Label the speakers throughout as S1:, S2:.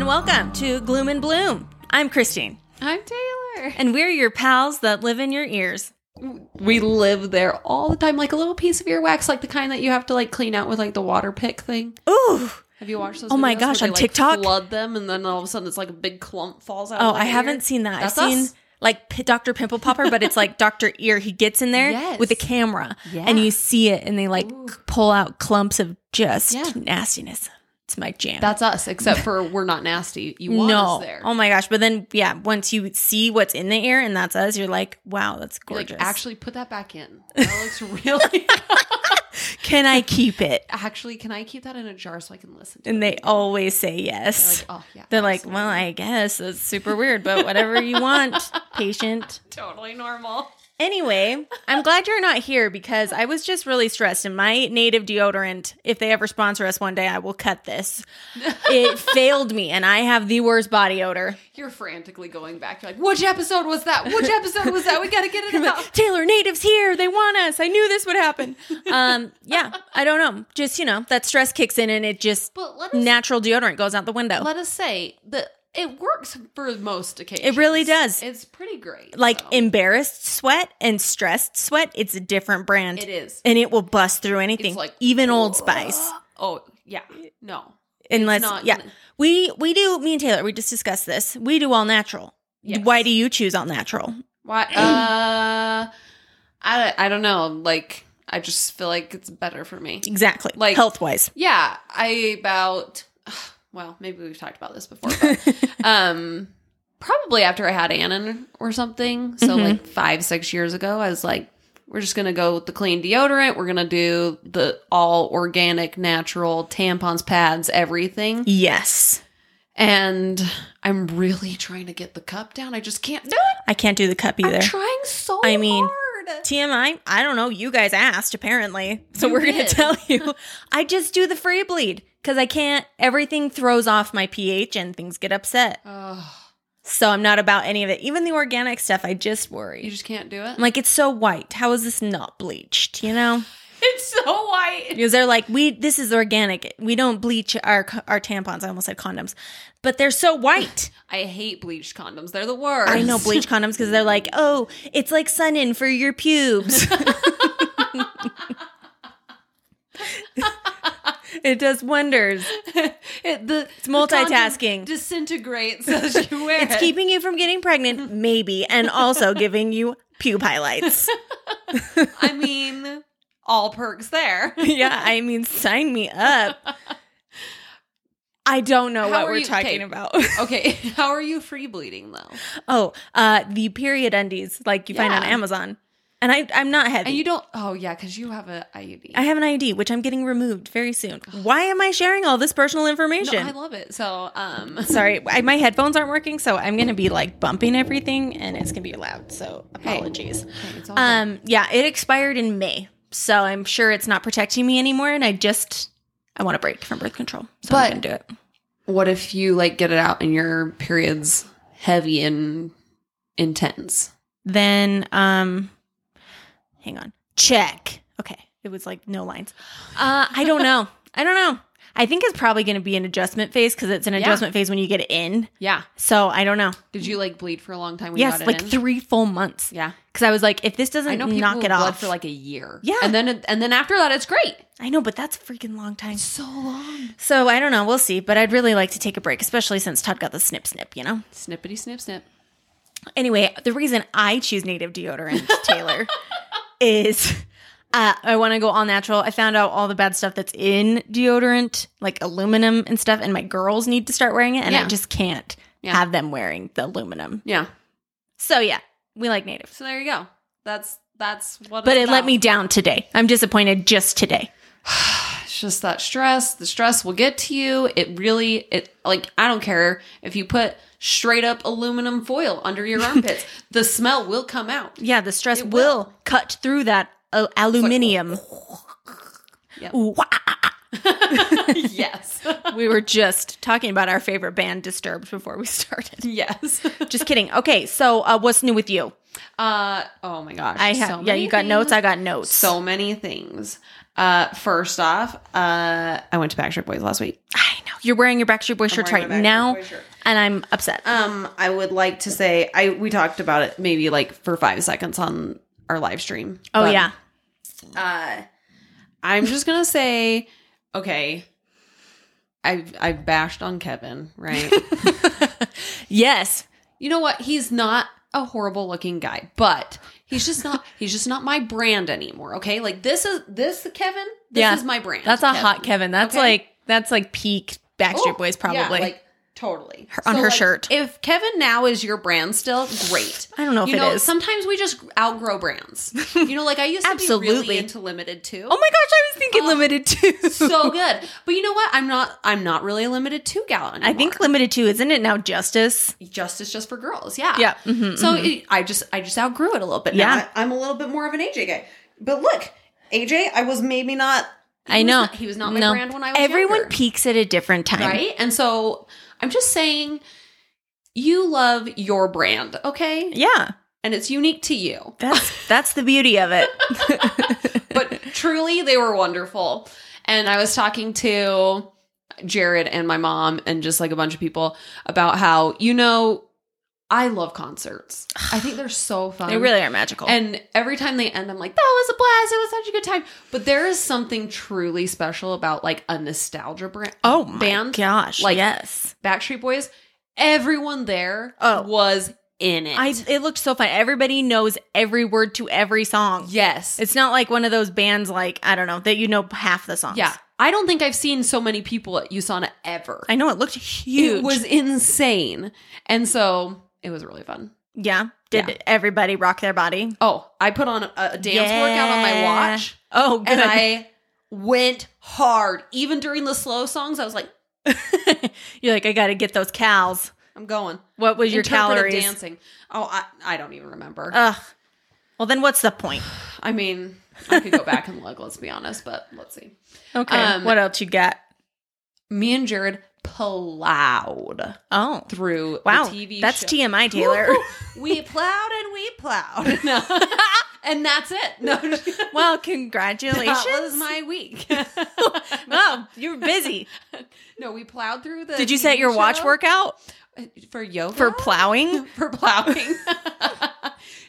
S1: welcome to Gloom and Bloom. I'm Christine,
S2: I'm Taylor.
S1: and we're your pals that live in your ears.
S2: We live there all the time, like a little piece of earwax, like the kind that you have to like clean out with like the water pick thing.
S1: Ooh.
S2: Have you watched those?
S1: Oh my
S2: videos
S1: gosh, on
S2: where they, like,
S1: TikTok?
S2: flood them, and then all of a sudden it's like a big clump falls out.
S1: Oh,
S2: of like,
S1: I
S2: the ear.
S1: haven't seen that.
S2: That's
S1: I've seen
S2: us.
S1: like P- Dr. Pimple Popper, but it's like Dr. Ear. He gets in there
S2: Yes.
S1: with a camera
S2: Yeah.
S1: and you see it and they like
S2: Ooh.
S1: pull out clumps of just
S2: Yeah.
S1: nastiness. It's my jam.
S2: That's us, except for we're not nasty. You want
S1: no.
S2: us there?
S1: Oh my gosh. But then, yeah, once you see what's in the ear and that's us, you're like, wow, that's
S2: You're like
S1: gorgeous.
S2: actually put that back in. That looks really.
S1: can I keep it?
S2: actually, can I keep that in a jar so I can listen? to
S1: And
S2: it?
S1: they always say
S2: They're
S1: yes.
S2: like, oh yeah.
S1: They're like,
S2: absolutely.
S1: well, I guess that's super weird, but whatever you want, patient.
S2: totally normal.
S1: Anyway, I'm glad you're not here because I was just really stressed. And my native deodorant, if they ever sponsor us one day, I will cut this. It failed me, and I have the worst body odor.
S2: You're frantically going back. You're like, which episode was that? Which episode was that? We gotta get it out.
S1: Taylor Native's here. They want us. I knew this would happen. Um, yeah, I don't know. Just, you know, that stress kicks in and it just
S2: But let us
S1: natural deodorant goes out the window.
S2: let us say that it works for most occasions.
S1: It really does.
S2: It's pretty great.
S1: Like
S2: so.
S1: embarrassed sweat and stressed sweat, it's a different brand.
S2: it is.
S1: And it will bust through anything,
S2: It's like
S1: even Old Spice.
S2: Oh yeah, no.
S1: unless
S2: not
S1: yeah
S2: gonna-
S1: we we do me and taylor we just discussed this we do all natural
S2: Yes.
S1: why do you choose all natural
S2: Why? Uh, I I don't know. Like I just feel like it's better for me.
S1: exactly like
S2: Like-
S1: health wise
S2: Yeah, I about well, maybe we've talked about this before, but um probably after I had Annan or something. So
S1: Mhm.
S2: like five, six years ago, I was like, we're just gonna go with the clean deodorant, we're gonna do the all organic, natural tampons, pads, everything.
S1: yes
S2: And I'm really trying to get the cup down. I just can't do it.
S1: i can't do the cup either
S2: I'm trying so
S1: I mean,
S2: hard.
S1: tmi i don't know you guys asked apparently so
S2: You
S1: we're gonna
S2: did.
S1: tell you i just do the free bleed because i can't everything throws off my ph and things get upset
S2: Ugh,
S1: so i'm not about any of it even the organic stuff i just
S2: you
S1: worry
S2: just can't do it.
S1: I'm like it's so white how is this not bleached you know
S2: it's so white.
S1: because they're like we this is organic we don't bleach our our tampons i almost said condoms but they're so white
S2: I hate bleached condoms. They're the worst.
S1: i know bleach condoms because they're like oh it's like sun in for your pubes it does wonders
S2: it, the, it's
S1: multitasking.
S2: disintegrates as you wear
S1: it's
S2: it.
S1: keeping you from getting pregnant maybe and also giving you pube highlights
S2: I mean, all perks there.
S1: yeah i mean sign me up i don't know
S2: How
S1: what
S2: are
S1: we're
S2: you-
S1: talking
S2: okay.
S1: about
S2: Okay, how are you free bleeding though?
S1: Oh, uh, the period undies like you find on
S2: Yeah.
S1: Amazon, and I I'm not heavy.
S2: And you don't. Oh yeah, because you have a IUD.
S1: I have an ID, which I'm getting removed very soon. Why am I sharing all this personal
S2: no,
S1: information?
S2: I love it. So um,
S1: Sorry, I, my headphones aren't working, so I'm gonna be like bumping everything, and it's gonna be loud. So
S2: Hey.
S1: apologies.
S2: okay, it's all good.
S1: Um, yeah, it expired in May, so I'm sure it's not protecting me anymore, and I just I want a break from birth control, so
S2: But-
S1: I'm gonna do it.
S2: what if you like get it out and your periods heavy and intense?
S1: Then um, hang on, check. Okay, it was like no lines. Uh, I don't know. I don't know. I think it's probably going to be an adjustment phase because it's an
S2: Yeah.
S1: adjustment phase when you get it in.
S2: Yeah.
S1: So I don't know.
S2: Did you like bleed for a long time? When you
S1: yes,
S2: got it
S1: like
S2: in?
S1: three full months.
S2: Yeah.
S1: Because I was like, if this doesn't
S2: I know people
S1: knock
S2: who
S1: it
S2: bled
S1: off
S2: for like a year.
S1: Yeah.
S2: And then and then after that, it's great.
S1: I know, but that's a freaking long time.
S2: So long.
S1: So I don't know. We'll see. But I'd really like to take a break, especially since Todd got the snip snip. You know.
S2: Snippety snip snip.
S1: Anyway, the reason I choose native deodorant, Taylor, is uh, I want to go all natural. I found out all the bad stuff that's in deodorant, like aluminum and stuff, and my girls need to start wearing it, and I
S2: Yeah.
S1: just can't
S2: Yeah.
S1: have them wearing the aluminum.
S2: Yeah.
S1: So yeah, we like native.
S2: So there you go. That's that's what.
S1: But
S2: it's
S1: it let
S2: about.
S1: me down today. I'm disappointed just today.
S2: It's just that stress. The stress will get to you. It really. It like I don't care if you put straight up aluminum foil under your armpits. the smell will come out.
S1: Yeah, the stress will.
S2: It will.
S1: cut through that uh, aluminium.
S2: Yep.
S1: Ooh, wah, ah, ah.
S2: yes.
S1: we were just talking about our favorite band, Disturbed, before we started.
S2: yes.
S1: Just kidding. Okay, so uh, what's new with you?
S2: Uh. Oh my gosh.
S1: I
S2: so
S1: have. yeah,
S2: many
S1: you got notes.
S2: things.
S1: I got notes.
S2: so many things. Uh. First off, uh, I went to Backstreet Boys last week.
S1: I know you're wearing your Backstreet Boys shirt
S2: wearing
S1: right
S2: my Backstreet
S1: now.
S2: Boys shirt.
S1: and I'm upset.
S2: Um, I would like to say I we talked about it maybe like for five seconds on our live stream.
S1: oh
S2: but,
S1: yeah,
S2: Uh, I'm just gonna say, okay. I've I've bashed on Kevin, right?
S1: yes.
S2: you know what? He's not a horrible looking guy, but he's just not he's just not my brand anymore. Okay, like this is this Kevin. This
S1: Yeah.
S2: is my brand.
S1: That's a hot Kevin. That's
S2: Okay.
S1: like that's like peak Backstreet
S2: Oh,
S1: Boys
S2: yeah,
S1: probably.
S2: like totally
S1: on her
S2: like,
S1: shirt.
S2: If Kevin now is your brand still, great.
S1: I don't know if
S2: you
S1: it
S2: know,
S1: is.
S2: Sometimes we just outgrow brands. You know, like I used to be
S1: Absolutely.
S2: really into limited too.
S1: oh my gosh, I was thinking limited two.
S2: so good. But you know what? I'm not I'm not really a limited two gal anymore.
S1: I think limited two isn't it now? Justice.
S2: justice just for girls. Yeah.
S1: Yeah, mhm,
S2: so It, I just I just outgrew it a little bit. Now
S1: Yeah.
S2: I, am a little bit more of an AJ guy. But look, AJ, I was maybe not. he
S1: I
S2: was
S1: know
S2: not- he was not my
S1: No.
S2: brand when I was
S1: Everyone
S2: younger.
S1: peaks at a different time.
S2: right? And so I'm just saying, you love your brand, okay?
S1: Yeah,
S2: And it's unique to you.
S1: that's that's the beauty of it.
S2: But truly, they were wonderful. And I was talking to Jared and my mom and just like a bunch of people about how, you know, I love concerts. I think they're so fun.
S1: they really are magical.
S2: And every time they end, I'm like, that was a blast. It was such a good time. But there is something truly special about like a nostalgia brand.
S1: oh my
S2: band,
S1: gosh,
S2: like-
S1: yes.
S2: Backstreet Boys, everyone there
S1: Oh.
S2: was in it.
S1: I it looked so fun. Everybody knows every word to every song.
S2: yes.
S1: It's not like one of those bands like I don't know that you know half the songs.
S2: yeah. I don't think I've seen so many people at USANA ever.
S1: I know it looked huge.
S2: It was insane. And so it was really fun.
S1: yeah. Did
S2: Yeah.
S1: everybody rock their body?
S2: Oh, I put on a, a dance workout on my
S1: Yeah.
S2: watch
S1: Oh, good.
S2: and I went hard. Even during the slow songs, I was like,
S1: You're like I got to get those cows.
S2: I'm going.
S1: What was your
S2: Interpretive
S1: calories?
S2: dancing. Oh, I, I don't even remember.
S1: Ugh. Well, then what's the point?
S2: I mean, I could go back and look, let's be honest, but let's see.
S1: Okay.
S2: Um,
S1: what else you got?
S2: Me and Jared plowed
S1: Oh.
S2: through
S1: Wow.
S2: the TV
S1: That's
S2: show.
S1: TMI, Taylor.
S2: we plowed and we plowed. No. and that's it. No, that
S1: well, congratulations.
S2: was my week.
S1: Wow, you were busy.
S2: no, we plowed through the.
S1: Did you set
S2: TV
S1: your watch
S2: show
S1: workout
S2: for yoga
S1: for plowing?
S2: for plowing?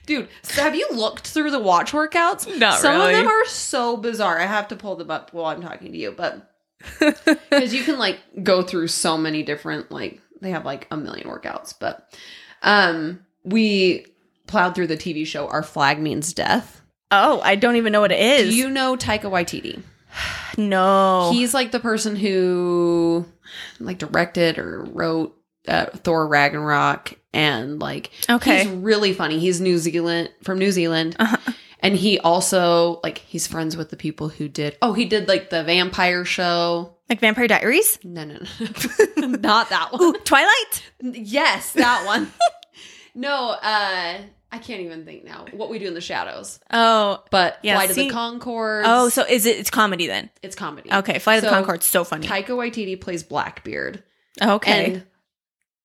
S2: Dude, so have you looked through the watch workouts?
S1: Not
S2: Some
S1: really.
S2: of them are so bizarre. I have to pull them up while I'm talking to you, but because you can like go through so many different like they have like a million workouts but um we plowed through the tv show our flag means death
S1: Oh, I don't even know what it
S2: do
S1: is.
S2: you know taika waititi
S1: no.
S2: he's like the person who like directed or wrote uh, thor ragnarok and like
S1: Okay.
S2: he's really funny he's new zealand from new zealand
S1: Uh-huh.
S2: and he also like he's friends with the people who did oh he did like the vampire show
S1: Like Vampire Diaries?
S2: no no no not that one
S1: Ooh, Twilight?
S2: Yes, that one. no, uh I can't even think now. What we do in the shadows.
S1: Oh.
S2: But
S1: Yeah,
S2: Flight
S1: see-
S2: of the Concords.
S1: Oh, so is it it's comedy then?
S2: it's comedy.
S1: Okay, Flight of the
S2: So,
S1: Concords so funny.
S2: Taika Waititi plays Blackbeard.
S1: okay.
S2: And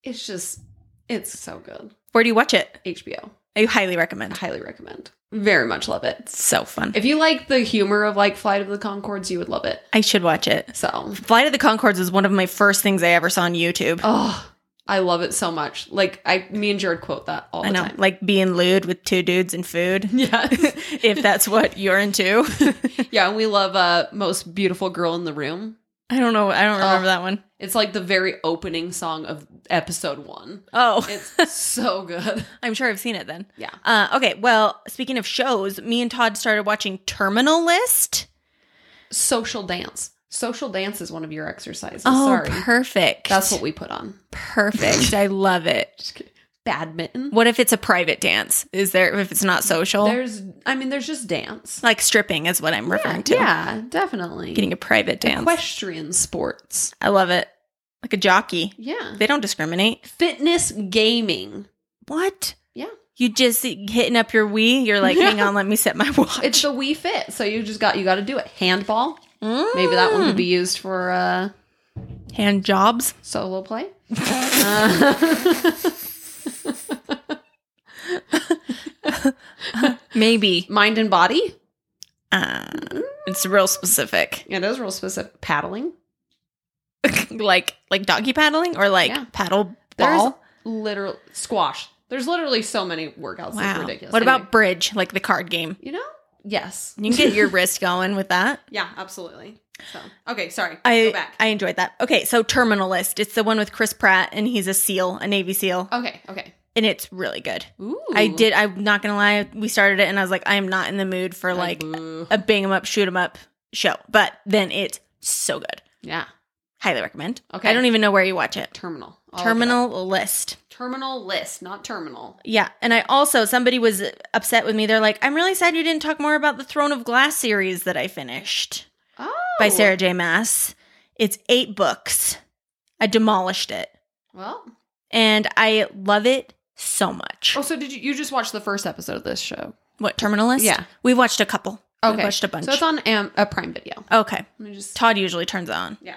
S2: it's just it's so good.
S1: Where do you watch it?
S2: HBO.
S1: I highly
S2: I
S1: recommend.
S2: highly recommend. Very much love it.
S1: It's so fun.
S2: If you like the humor of like Flight of the Concords, you would love it.
S1: I should watch it.
S2: So
S1: Flight of the Concords was one of my first things I ever saw on YouTube.
S2: oh I love it so much. Like I me and Jared quote that all
S1: I
S2: the
S1: know.
S2: time.
S1: Like being lewd with two dudes and food.
S2: Yeah.
S1: if that's what you're into.
S2: yeah, and we love uh most beautiful girl in the room.
S1: I don't know. I don't remember that one.
S2: It's like the very opening song of episode one.
S1: Oh,
S2: It's so good.
S1: I'm sure I've seen it then.
S2: Yeah.
S1: Uh, okay. Well, speaking of shows, me and Todd started watching Terminal List.
S2: Social dance. Social dance is one of your exercises.
S1: Oh,
S2: Sorry.
S1: perfect.
S2: That's what we put on.
S1: perfect. I love it.
S2: Badminton.
S1: What if it's a private dance? Is there if it's not social?
S2: There's, I mean, there's just dance.
S1: like stripping is what I'm referring to.
S2: Yeah, definitely.
S1: Getting a private dance.
S2: Equestrian sports.
S1: I love it. Like a jockey.
S2: Yeah.
S1: They don't discriminate.
S2: Fitness gaming.
S1: What?
S2: Yeah.
S1: You just hitting up your Wii. You're like, hang on, let me set my watch.
S2: It's the Wii Fit. So you just got, you got to do it. Handball. Maybe that one could be
S1: Mm.
S2: used for uh,
S1: hand jobs.
S2: solo play. Uh,
S1: Maybe.
S2: mind and body.
S1: Uh,
S2: Mm.
S1: it's real specific.
S2: Yeah, those real specific. Paddling.
S1: like like doggy paddling or like
S2: Yeah.
S1: paddle
S2: There's
S1: Ball?
S2: literal squash. There's literally so many workouts. It's ridiculous.
S1: What
S2: Anyway,
S1: about bridge, like the card game?
S2: you know? Yes.
S1: You can get your wrist going with that.
S2: yeah, absolutely. So okay, sorry.
S1: I
S2: Go back.
S1: I enjoyed that. Okay, so Terminal List. It's the one with Chris Pratt and he's a SEAL, a Navy SEAL,
S2: okay, okay.
S1: and it's really good.
S2: Ooh.
S1: I did. I'm not gonna lie. We started it, and I was like, I am not in the mood for like
S2: boo.
S1: a bang 'em up, shoot 'em up show. But then it's so good.
S2: yeah.
S1: Highly recommend.
S2: Okay.
S1: I don't even know where you watch it.
S2: Terminal. I'll look it up.
S1: Terminal List.
S2: Terminal list, not terminal.
S1: Yeah, and I also somebody was upset with me. They're like, I'm really sad you didn't talk more about the Throne of Glass series that I finished
S2: Oh.
S1: by Sarah J. Mass. It's eight books. I demolished it,
S2: Well.
S1: and I love it so much.
S2: Oh, so did you you just watch the first episode of this show?
S1: What Terminal List?
S2: Yeah.
S1: we watched a couple.
S2: Okay.
S1: we watched a bunch.
S2: So it's on Am- a Prime Video.
S1: okay,
S2: Let me just
S1: Todd usually turns it on.
S2: Yeah.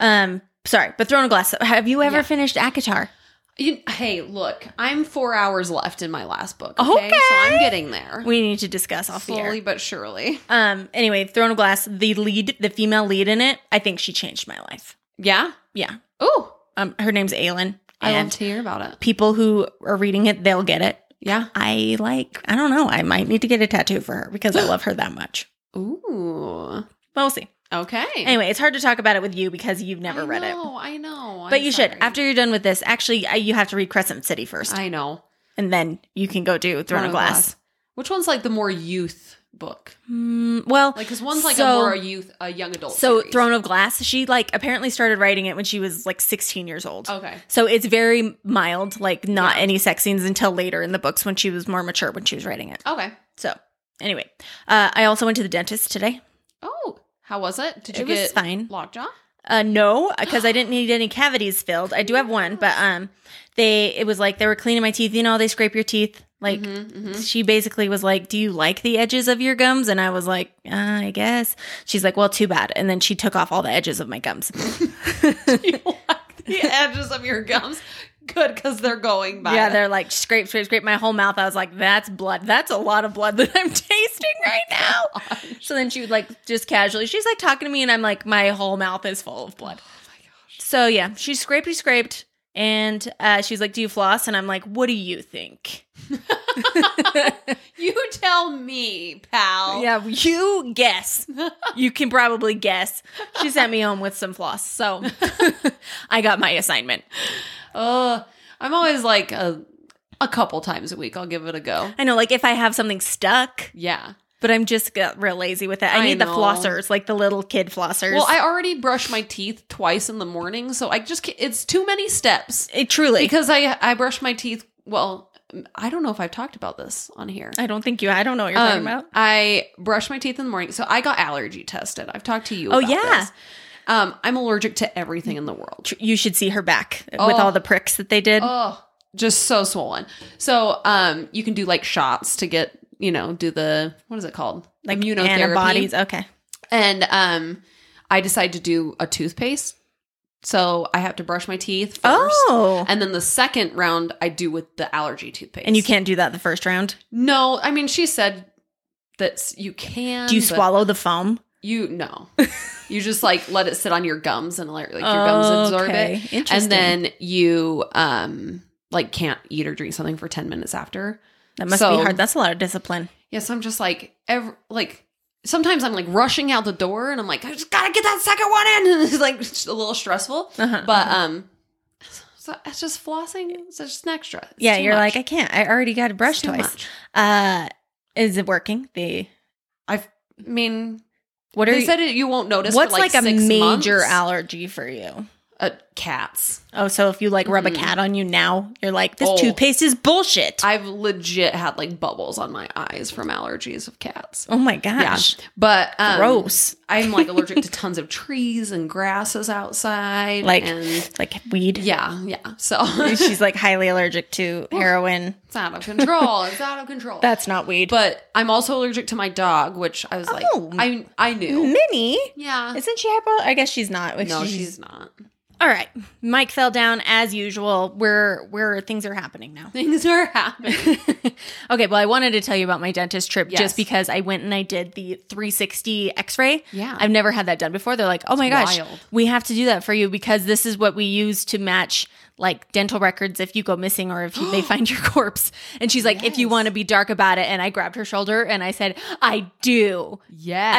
S1: Um, sorry, but Throne of Glass. Have you ever
S2: Yeah.
S1: finished Akatar?
S2: You, hey, look, I'm four hours left in my last book.
S1: Okay.
S2: Okay, so I'm getting there.
S1: We need to discuss off the
S2: slowly
S1: air.
S2: but surely.
S1: Um, anyway, Throne of Glass. The lead, the female lead in it. I think she changed my life.
S2: Yeah.
S1: Yeah.
S2: Ooh,
S1: Um, her name's Aylin,
S2: I
S1: and
S2: love to hear about it.
S1: people who are reading it, they'll get it.
S2: Yeah.
S1: I like. I don't know. I might need to get a tattoo for her because I love her that much.
S2: Ooh.
S1: But we'll see.
S2: Okay.
S1: Anyway, it's hard to talk about it with you because you've never
S2: I
S1: read it.
S2: know, I know.
S1: But you should. After you're done with this, actually, I, you have to read Crescent City first,
S2: I know.
S1: and then you can go do Throne, of Glass.
S2: Which one's like the more youth book?
S1: Mm, well,
S2: Like, because one's like
S1: So-
S2: a more youth, a young adult.
S1: So
S2: series.
S1: Throne of Glass, she like apparently started writing it when she was like 16 years old.
S2: Okay.
S1: So it's very mild, like not
S2: Oh. Yeah.
S1: any sex scenes until later in the books when she was more mature when she was writing it.
S2: Okay.
S1: So anyway, uh, I also went to the dentist today.
S2: Oh, how was it? Did you
S1: it
S2: get
S1: was fine.
S2: lockjaw?
S1: Uh, no, because I didn't need any cavities filled. I do have one, but um, they it was like they were cleaning my teeth. You know, how they scrape your teeth. Like
S2: Mhm, mhm.
S1: she basically was like, "Do you like the edges of your gums?" And I was like, uh, "I guess." She's like, "Well, too bad." And then she took off all the edges of my gums.
S2: you like the edges of your gums? Good, because they're going by.
S1: Yeah, they're like scrape, scrape, scrape my whole mouth. I was like, that's blood. That's a lot of blood that I'm tasting right
S2: Oh
S1: now. So then she would like just casually, she's like talking to me, and I'm like, my whole mouth is full of blood.
S2: Oh my gosh.
S1: So yeah, she scraped, she scraped, and uh, she's like, do you floss? And I'm like, what do you think?
S2: You tell me, pal.
S1: Yeah, you guess. you can probably guess. She sent me home with some floss, so I got my assignment.
S2: Uh, I'm always like a, a couple times a week. I'll give it a go.
S1: I know, like if I have something stuck,
S2: Yeah.
S1: but I'm just got real lazy with it. I,
S2: I
S1: need the
S2: know.
S1: flossers, like the little kid flossers.
S2: Well, I already brush my teeth twice in the morning, so I just ca- it's too many steps
S1: It truly.
S2: because I I brush my teeth. Well, I don't know if I've talked about this on here.
S1: I don't think you. I don't know what you're talking
S2: Um,
S1: about.
S2: I brush my teeth in the morning, so I got allergy tested. I've talked to you.
S1: Oh,
S2: about
S1: yeah.
S2: this. Um, I'm allergic to everything in the world.
S1: Tr- You should see her back with
S2: Oh.
S1: all the pricks that they did.
S2: Oh, just so swollen. So, um, you can do like shots to get you know do the what is it called
S1: like
S2: immunotherapy
S1: antibodies. Okay.
S2: And um, I decided to do a toothpaste, so I have to brush my teeth first.
S1: Oh.
S2: And then the second round I do with the allergy toothpaste.
S1: And you can't do that the first round.
S2: No, I mean she said that s- you can.
S1: Do you
S2: Um, but
S1: swallow the foam?
S2: You no. you just like let it sit on your gums and like, like your gums absorb it.
S1: Oh, Interesting.
S2: And then you um like can't eat or drink something for 10 minutes after.
S1: that must
S2: so-
S1: be hard. That's a lot of discipline.
S2: Yeah, so I'm just like ev like sometimes I'm like rushing out the door and I'm like I just got to get that second one in and it's like just a little stressful.
S1: Uh-huh.
S2: But um so it's just flossing. It's just an extra. It's
S1: yeah,
S2: too
S1: you're
S2: much.
S1: like I can't. I already got to brush
S2: It's too
S1: twice.
S2: much.
S1: Uh, is it working? The
S2: I mean,
S1: what are
S2: they
S1: you?
S2: said it, you won't notice.
S1: what's
S2: for
S1: like,
S2: like,
S1: a
S2: six
S1: major
S2: months.
S1: allergy for you?
S2: Uh, cats.
S1: Oh, so if you like rub a
S2: Mm.
S1: cat on you now, you're like this
S2: Oh.
S1: toothpaste is bullshit.
S2: I've legit had like bubbles on my eyes from allergies of cats.
S1: oh my gosh,
S2: But um,
S1: gross!
S2: I'm like allergic to tons of trees and grasses outside.
S1: Like
S2: and
S1: like weed.
S2: yeah, yeah. So it's
S1: she's like highly allergic to heroin.
S2: out of control. It's out of control.
S1: That's not weed.
S2: but I'm also allergic to my dog, which I was like,
S1: Oh.
S2: I I knew.
S1: Minnie,
S2: Yeah.
S1: isn't she hypo? I guess she's not. If
S2: No, she's not.
S1: all right. Mike fell down as usual. Where where things are happening now.
S2: Things are happening.
S1: okay, well, I wanted to tell you about my dentist trip
S2: Yes.
S1: just because I went and I did the 360 X-ray.
S2: Yeah.
S1: I've never had that done before. They're like, oh my gosh,
S2: wild.
S1: we have to do that for you because this is what we use to match like dental records if you go missing or if you, they find your corpse. And she's like, if you want to be dark about it. And I grabbed her shoulder and I said, I do.
S2: Yes.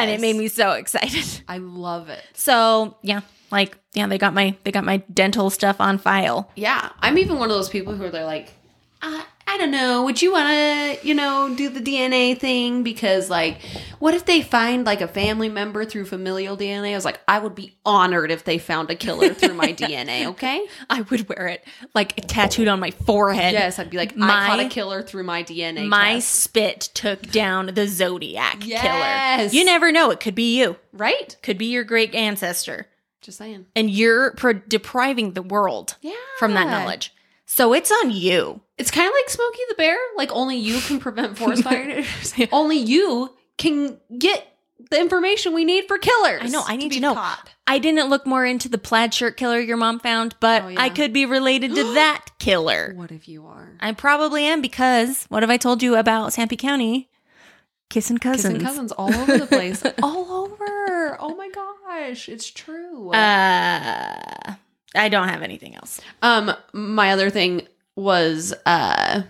S1: And it made me so excited.
S2: I love it.
S1: So yeah, like yeah, they got my they got my dental stuff on file.
S2: Yeah. I'm even one of those people who are like, uh, I don't know. Would you want to, you know, do the DNA thing? Because, like, what if they find, like, a family member through familial DNA? I was like, I would be honored if they found a killer through my DNA, okay?
S1: I would wear it like tattooed on my forehead.
S2: Yes, I'd be like, I
S1: My-
S2: caught a killer through my DNA.
S1: My
S2: test.
S1: spit took down the Zodiac
S2: Yes.
S1: killer. You never know; it could be you,
S2: Right?
S1: could be your great ancestor,
S2: Just saying.
S1: and you're pro- depriving the world
S2: Yeah.
S1: from that knowledge. So it's on you.
S2: It's kind of like Smokey the Bear. Like, only you can prevent forest fires. only you can get the information we need for killers.
S1: I know, I need
S2: be
S1: to know.
S2: caught.
S1: I didn't look more into the plaid shirt killer your mom found, but
S2: Oh, yeah.
S1: I could be related to that killer.
S2: What if you are?
S1: I probably am because what have I told you about Sampe County? Kissing cousins.
S2: Kissing cousins all over the place. all over. Oh my gosh. It's true.
S1: Uh, I don't have anything else.
S2: um, my other thing was uh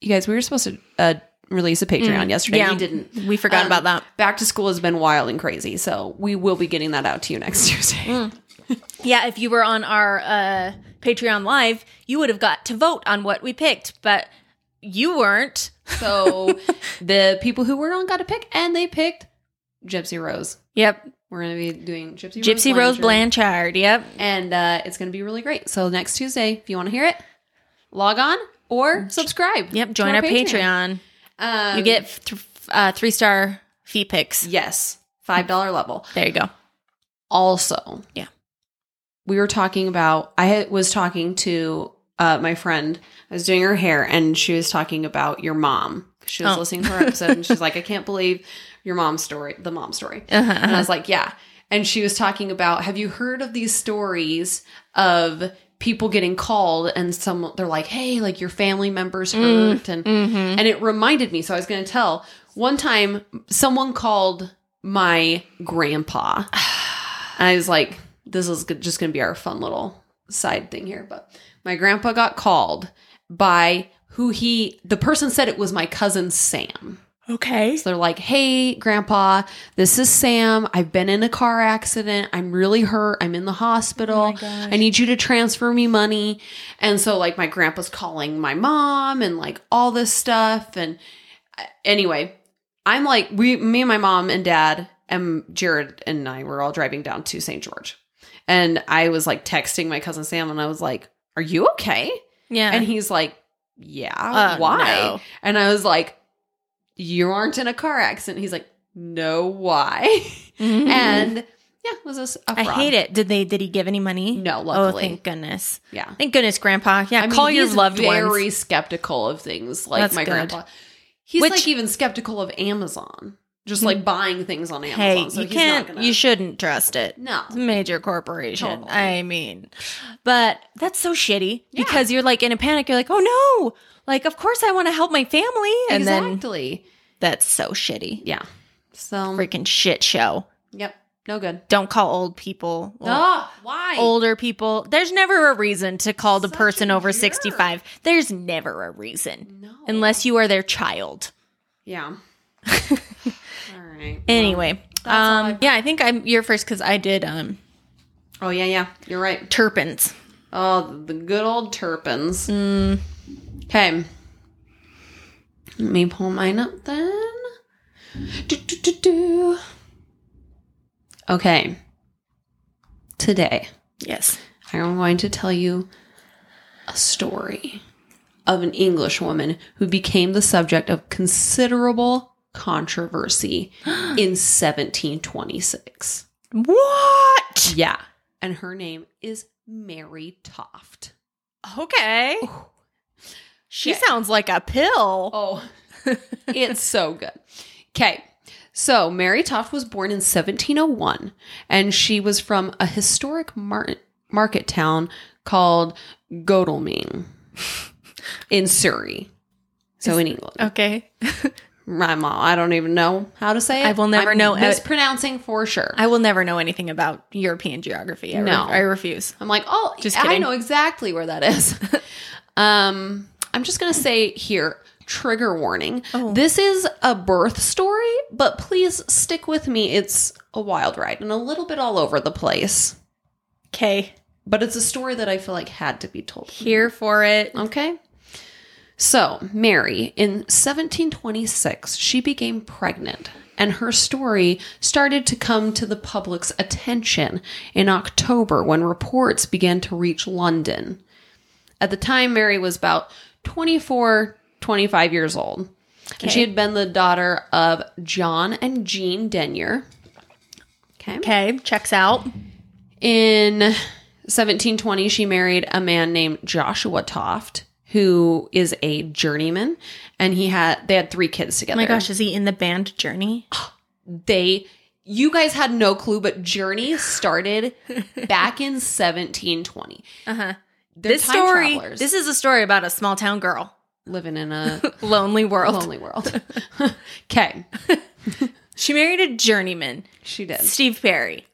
S2: you guys, we were supposed to uh release a Patreon
S1: Mm,
S2: yesterday.
S1: yeah.
S2: We didn't.
S1: We forgot
S2: Um,
S1: about that.
S2: Back to school has been wild and crazy, so we will be getting that out to you next Tuesday.
S1: Mm. Yeah, if you were on our uh, Patreon live, you would have got to vote on what we picked, but you weren't.
S2: So the people who were on got to pick, and they picked Gypsy Rose.
S1: Yep.
S2: We're gonna be doing Gypsy
S1: Gypsy Rose
S2: Blanchard.
S1: Blanchard. Yep.
S2: and uh, it's going to be really great. So next Tuesday, if you want to hear it, log on or subscribe.
S1: Yep.
S2: to
S1: Join our, Patreon.
S2: Um,
S1: you get f- th- uh, three star fee picks.
S2: Um, yes, five dollar level.
S1: There you go.
S2: Also,
S1: Yeah.
S2: we were talking about. I had- was talking to uh, my friend. I was doing her hair, and she was talking about your mom. She was
S1: Oh.
S2: listening to her episode, and she's like, "I can't believe your mom's story. The mom story."
S1: Uh-huh.
S2: And I was like, yeah. And she was talking about, have you heard of these stories of people getting called and some they're like, hey, like your family members hurt and
S1: Mm, Mm-hmm.
S2: and it reminded me, so I was gonna tell. One time someone called my grandpa. and I was like, this is good- just gonna be our fun little side thing here. But my grandpa got called by who he the person said it was my cousin Sam.
S1: Okay.
S2: So they're like, hey, grandpa, this is Sam. I've been in a car accident. I'm really hurt. I'm in the
S1: Oh my
S2: hospital.
S1: gosh.
S2: I need you to transfer me money. And so, like, my grandpa's calling my mom and like all this stuff. And uh, anyway, I'm like, we, me and my mom and dad and Jared and I were all driving down to St. George. And I was like texting my cousin Sam and I was like, are you okay?
S1: Yeah.
S2: And he's like, yeah,
S1: Oh,
S2: why?
S1: no.
S2: And I was like, you aren't in a car accident. He's like, no, why?
S1: Mhm.
S2: and yeah, it was a, s- a
S1: I
S2: fraud.
S1: hate it. Did they? Did he give any money?
S2: No,
S1: Oh,
S2: luckily.
S1: thank goodness.
S2: Yeah.
S1: Thank goodness, Grandpa. Yeah, call your
S2: he's
S1: loved
S2: very
S1: ones.
S2: skeptical of things like
S1: That's
S2: my
S1: good.
S2: grandpa. He's
S1: Which- Hmm.
S2: like even skeptical of Amazon, just like buying things on Amazon.
S1: Hey,
S2: so
S1: you
S2: he's
S1: can't.
S2: Not gonna,
S1: You shouldn't trust it.
S2: no.
S1: It's a major corporation.
S2: Totally.
S1: I mean, but that's so shitty
S2: Yeah.
S1: because you're like in a panic. You're like, oh no, like of course I want to help my family, and then
S2: exactly.
S1: that's so shitty.
S2: yeah. So
S1: Freaking shit show.
S2: yep. No good.
S1: Don't call old people. Well,
S2: Oh, why?
S1: Older people, there's never a reason to call the
S2: Such a
S1: person over
S2: jerk.
S1: 65. There's never a reason
S2: No.
S1: unless you are their child.
S2: Yeah. all right.
S1: Anyway,
S2: That's all
S1: um,
S2: I've-
S1: yeah, I think I'm you're first because I did um
S2: Oh yeah, yeah. You're right.
S1: Turpins.
S2: Oh, the good old Turpins. Okay. Let me pull mine up then. Do, do, do, do. Okay. Today,
S1: Yes.
S2: I'm going to tell you a story of an English woman who became the subject of considerable controversy in 1726.
S1: What?
S2: Yeah. And her name is Mary Toft.
S1: Okay. She
S2: Okay.
S1: sounds like a pill.
S2: Oh, it's so good. Okay. So, Mary Toft was born in 1701 and she was from a historic mar- market town called Godalming in Surrey. So, in England.
S1: Okay.
S2: Rhymal. I don't even know how to say it.
S1: I will never
S2: I'm
S1: know. uh,
S2: Mispronouncing for sure.
S1: I will never know anything about European geography. I re-
S2: No.
S1: I refuse.
S2: I'm like, oh,
S1: Just
S2: I
S1: kidding.
S2: know exactly where that is. um, I'm just gonna say here, trigger warning.
S1: Oh.
S2: This is a birth story, but please stick with me. It's a wild ride and a little bit all over the place,
S1: Okay,
S2: but it's a story that I feel like had to be told.
S1: here for it.
S2: Okay. So, Mary, in 1726, she became pregnant, and her story started to come to the public's attention in October when reports began to reach London. At the time, Mary was about 24, 25 years old. And she
S1: Okay.
S2: had been the daughter of John and Jean Denyer. Okay.
S1: Okay, checks out. Oh
S2: In 1720, she married a man named Joshua Toft, who is a journeyman, and he had they had three kids together.
S1: Oh my gosh, is he in the band Journey?
S2: they you guys had no clue, but Journey started back in 1720.
S1: Uh huh.
S2: They're
S1: This
S2: time
S1: story.
S2: travelers
S1: This is a story about a small town girl,
S2: living in a
S1: lonely world.
S2: lonely world. okay,
S1: She married a journeyman,
S2: she did.
S1: Steve Perry.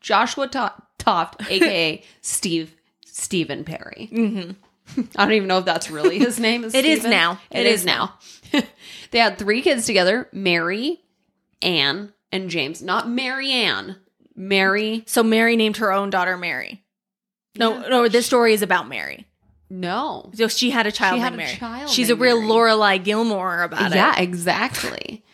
S2: Joshua To- Toft, aka Steve Stephen Perry. I don't even know if that's really his name. Is
S1: Mm-hmm. It is
S2: Stephen.
S1: now.
S2: it is, now. they had three kids together: Mary, Anne, and James. Not Mary Ann. Mary.
S1: So Mary named her own daughter Mary. No, no, this story is about Mary.
S2: No.
S1: So she had a child
S2: She had
S1: named
S2: a
S1: Mary.
S2: child
S1: She's
S2: named
S1: a real
S2: Mary.
S1: Lorelai Gilmore about
S2: yeah,
S1: it.
S2: exactly.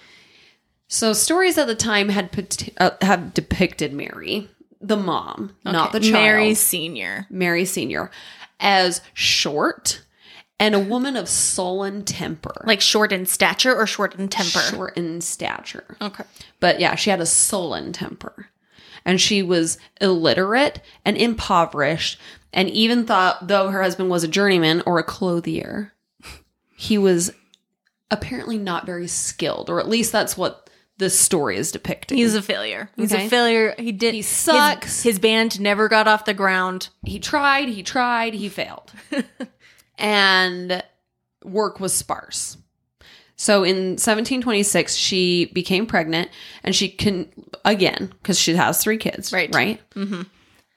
S2: So stories at the time had pot- uh, have depicted Mary, the mom, not the
S1: Okay,
S2: child.
S1: Mary Senior.
S2: Mary Sr. as short and a woman of sullen temper.
S1: Like short in stature or short in temper.
S2: Short in stature.
S1: Okay.
S2: But yeah, she had a sullen temper. And she was illiterate and impoverished, and even thought, though her husband was a journeyman or a clothier, he was apparently not very skilled, or at least that's what this story is depicting.
S1: He's a failure. He's
S2: Okay.
S1: a failure. He did.
S2: He sucks.
S1: His, his band never got off the ground.
S2: he tried, he tried, he failed. and work was sparse. So in 1726, she became pregnant and she can, again, because she has three kids,
S1: Right.
S2: Right? Mm-hmm.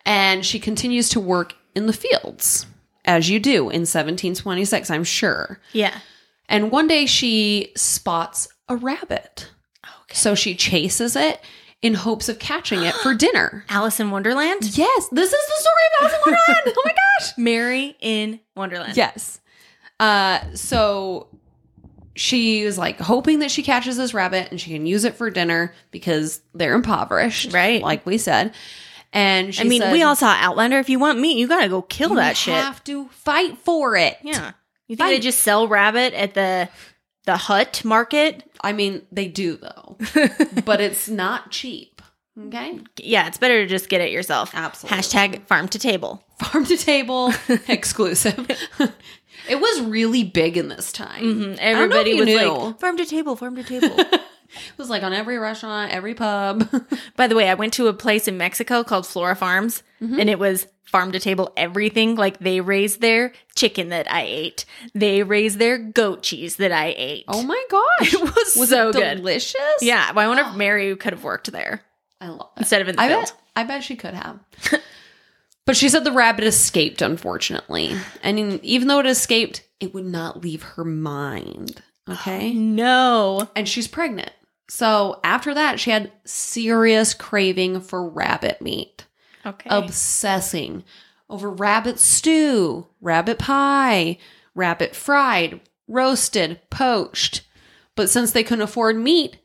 S2: And she continues to work in the fields, as you do in 1726, I'm sure.
S1: Yeah.
S2: And one day she spots a rabbit.
S1: Okay.
S2: So she chases it in hopes of catching it for dinner.
S1: Alice in Wonderland.
S2: Yes, this is the story of Alice in Wonderland. Oh my gosh.
S1: Mary in Wonderland.
S2: Yes. Uh, so she was like hoping that she catches this rabbit and she can use it for dinner because they're impoverished,
S1: Right.
S2: Like we said. And she
S1: I mean,
S2: said,
S1: we all saw Outlander. If you want meat, you gotta go kill that
S2: "You
S1: shit.
S2: have to fight for it.
S1: Yeah. You think
S2: Fine.
S1: they just sell rabbit at the the hut market?
S2: I mean, they do though, but it's not cheap. Okay,
S1: Yeah, it's better to just get it yourself.
S2: Absolutely.
S1: Hashtag farm to table.
S2: farm to table exclusive. it was really big in this time.
S1: Mm-hmm. Everybody
S2: I don't know if
S1: was
S2: you knew.
S1: like farm to table, farm to table.
S2: it was like on every restaurant, every pub.
S1: By the way, I went to a place in Mexico called Flora Farms,
S2: Mm-hmm.
S1: and it was farm to table everything. Like they raised their chicken that I ate, they raised their goat cheese that I ate.
S2: oh my gosh,
S1: it was,
S2: was
S1: so
S2: it
S1: good.
S2: delicious?
S1: Yeah, well, I wonder if Mary could have worked there
S2: I love it.
S1: instead of in the
S2: I
S1: field.
S2: bet, I bet she could have. but she said the rabbit escaped, unfortunately. And in- even though it escaped, it would not leave her mind. Okay.
S1: No.
S2: and she's pregnant. So after that, she had serious craving for rabbit meat,
S1: Okay.
S2: obsessing over rabbit stew, rabbit pie, rabbit fried, roasted, poached. But since they couldn't afford meat,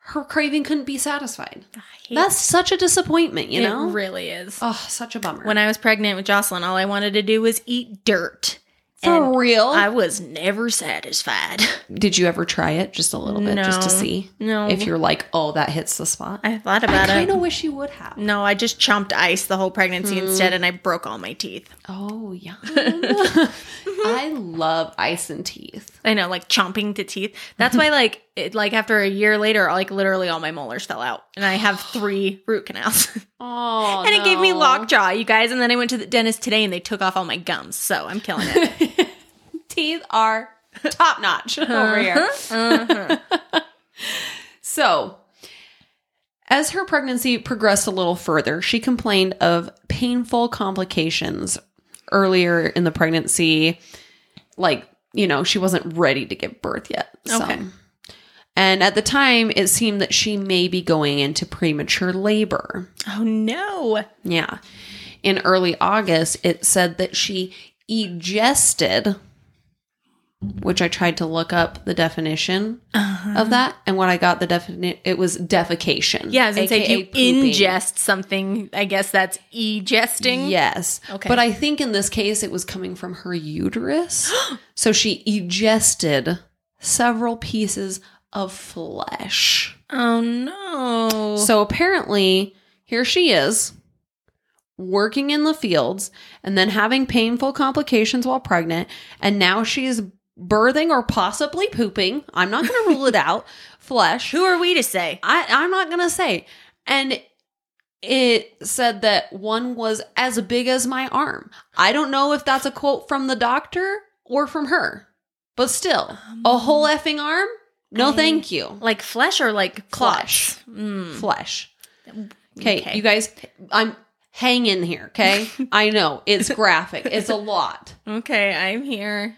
S2: her craving couldn't be satisfied.
S1: I hate
S2: That's such a disappointment, you
S1: it
S2: know?
S1: really is.
S2: oh, such a bummer.
S1: When I was pregnant with Jocelyn, all I wanted to do was eat dirt.
S2: For
S1: and
S2: real?
S1: I was never satisfied.
S2: Did you ever try it just a little bit just to
S1: No.
S2: see
S1: No.
S2: if you're like, oh, that hits the spot?
S1: I thought
S2: I
S1: about
S2: kind
S1: it.
S2: of wish you would have.
S1: No, I just chomped ice the whole pregnancy
S2: Hmm.
S1: instead, and I broke all my teeth.
S2: Oh, yeah. I love ice and teeth.
S1: I know, like chomping to teeth. That's why, like, it, like after a year later, like literally all my molars fell out, and I have three root canals,
S2: Oh,
S1: and it gave me
S2: no.
S1: lockjaw, you guys. And then I went to the dentist today, and they took off all my gums, so I'm killing it.
S2: Teeth are top notch over here.
S1: Uh-huh.
S2: So, as her pregnancy progressed a little further, she complained of painful complications earlier in the pregnancy. Like, you know, she wasn't ready to give birth yet. So.
S1: Okay.
S2: And at the time, it seemed that she may be going into premature labor.
S1: Oh no.
S2: Yeah. In early August, it said that she egested, which I tried to look up the definition
S1: Uh-huh.
S2: of that. And when I got the definition, it was defecation.
S1: Yeah, I was gonna say if
S2: aka
S1: you
S2: pooping.
S1: ingest something, I guess that's egesting.
S2: Yes.
S1: Okay.
S2: But I think in this case, it was coming from her uterus. so she egested several pieces of flesh.
S1: Oh no.
S2: So apparently, here she is working in the fields and then having painful complications while pregnant. And now she is birthing or possibly pooping. I'm not going to rule it out. Flesh.
S1: Who are we to say?
S2: I, I'm not going to say. And it said that one was as big as my arm. I don't know if that's a quote from the doctor or from her, but still, a whole effing arm? No,
S1: Um, I-
S2: thank you.
S1: Like flesh or like
S2: Flesh.
S1: clots? Mm.
S2: Flesh. Okay,
S1: Okay.
S2: you guys, I'm hang in here, okay? I know it's graphic, it's a lot.
S1: Okay, I'm here.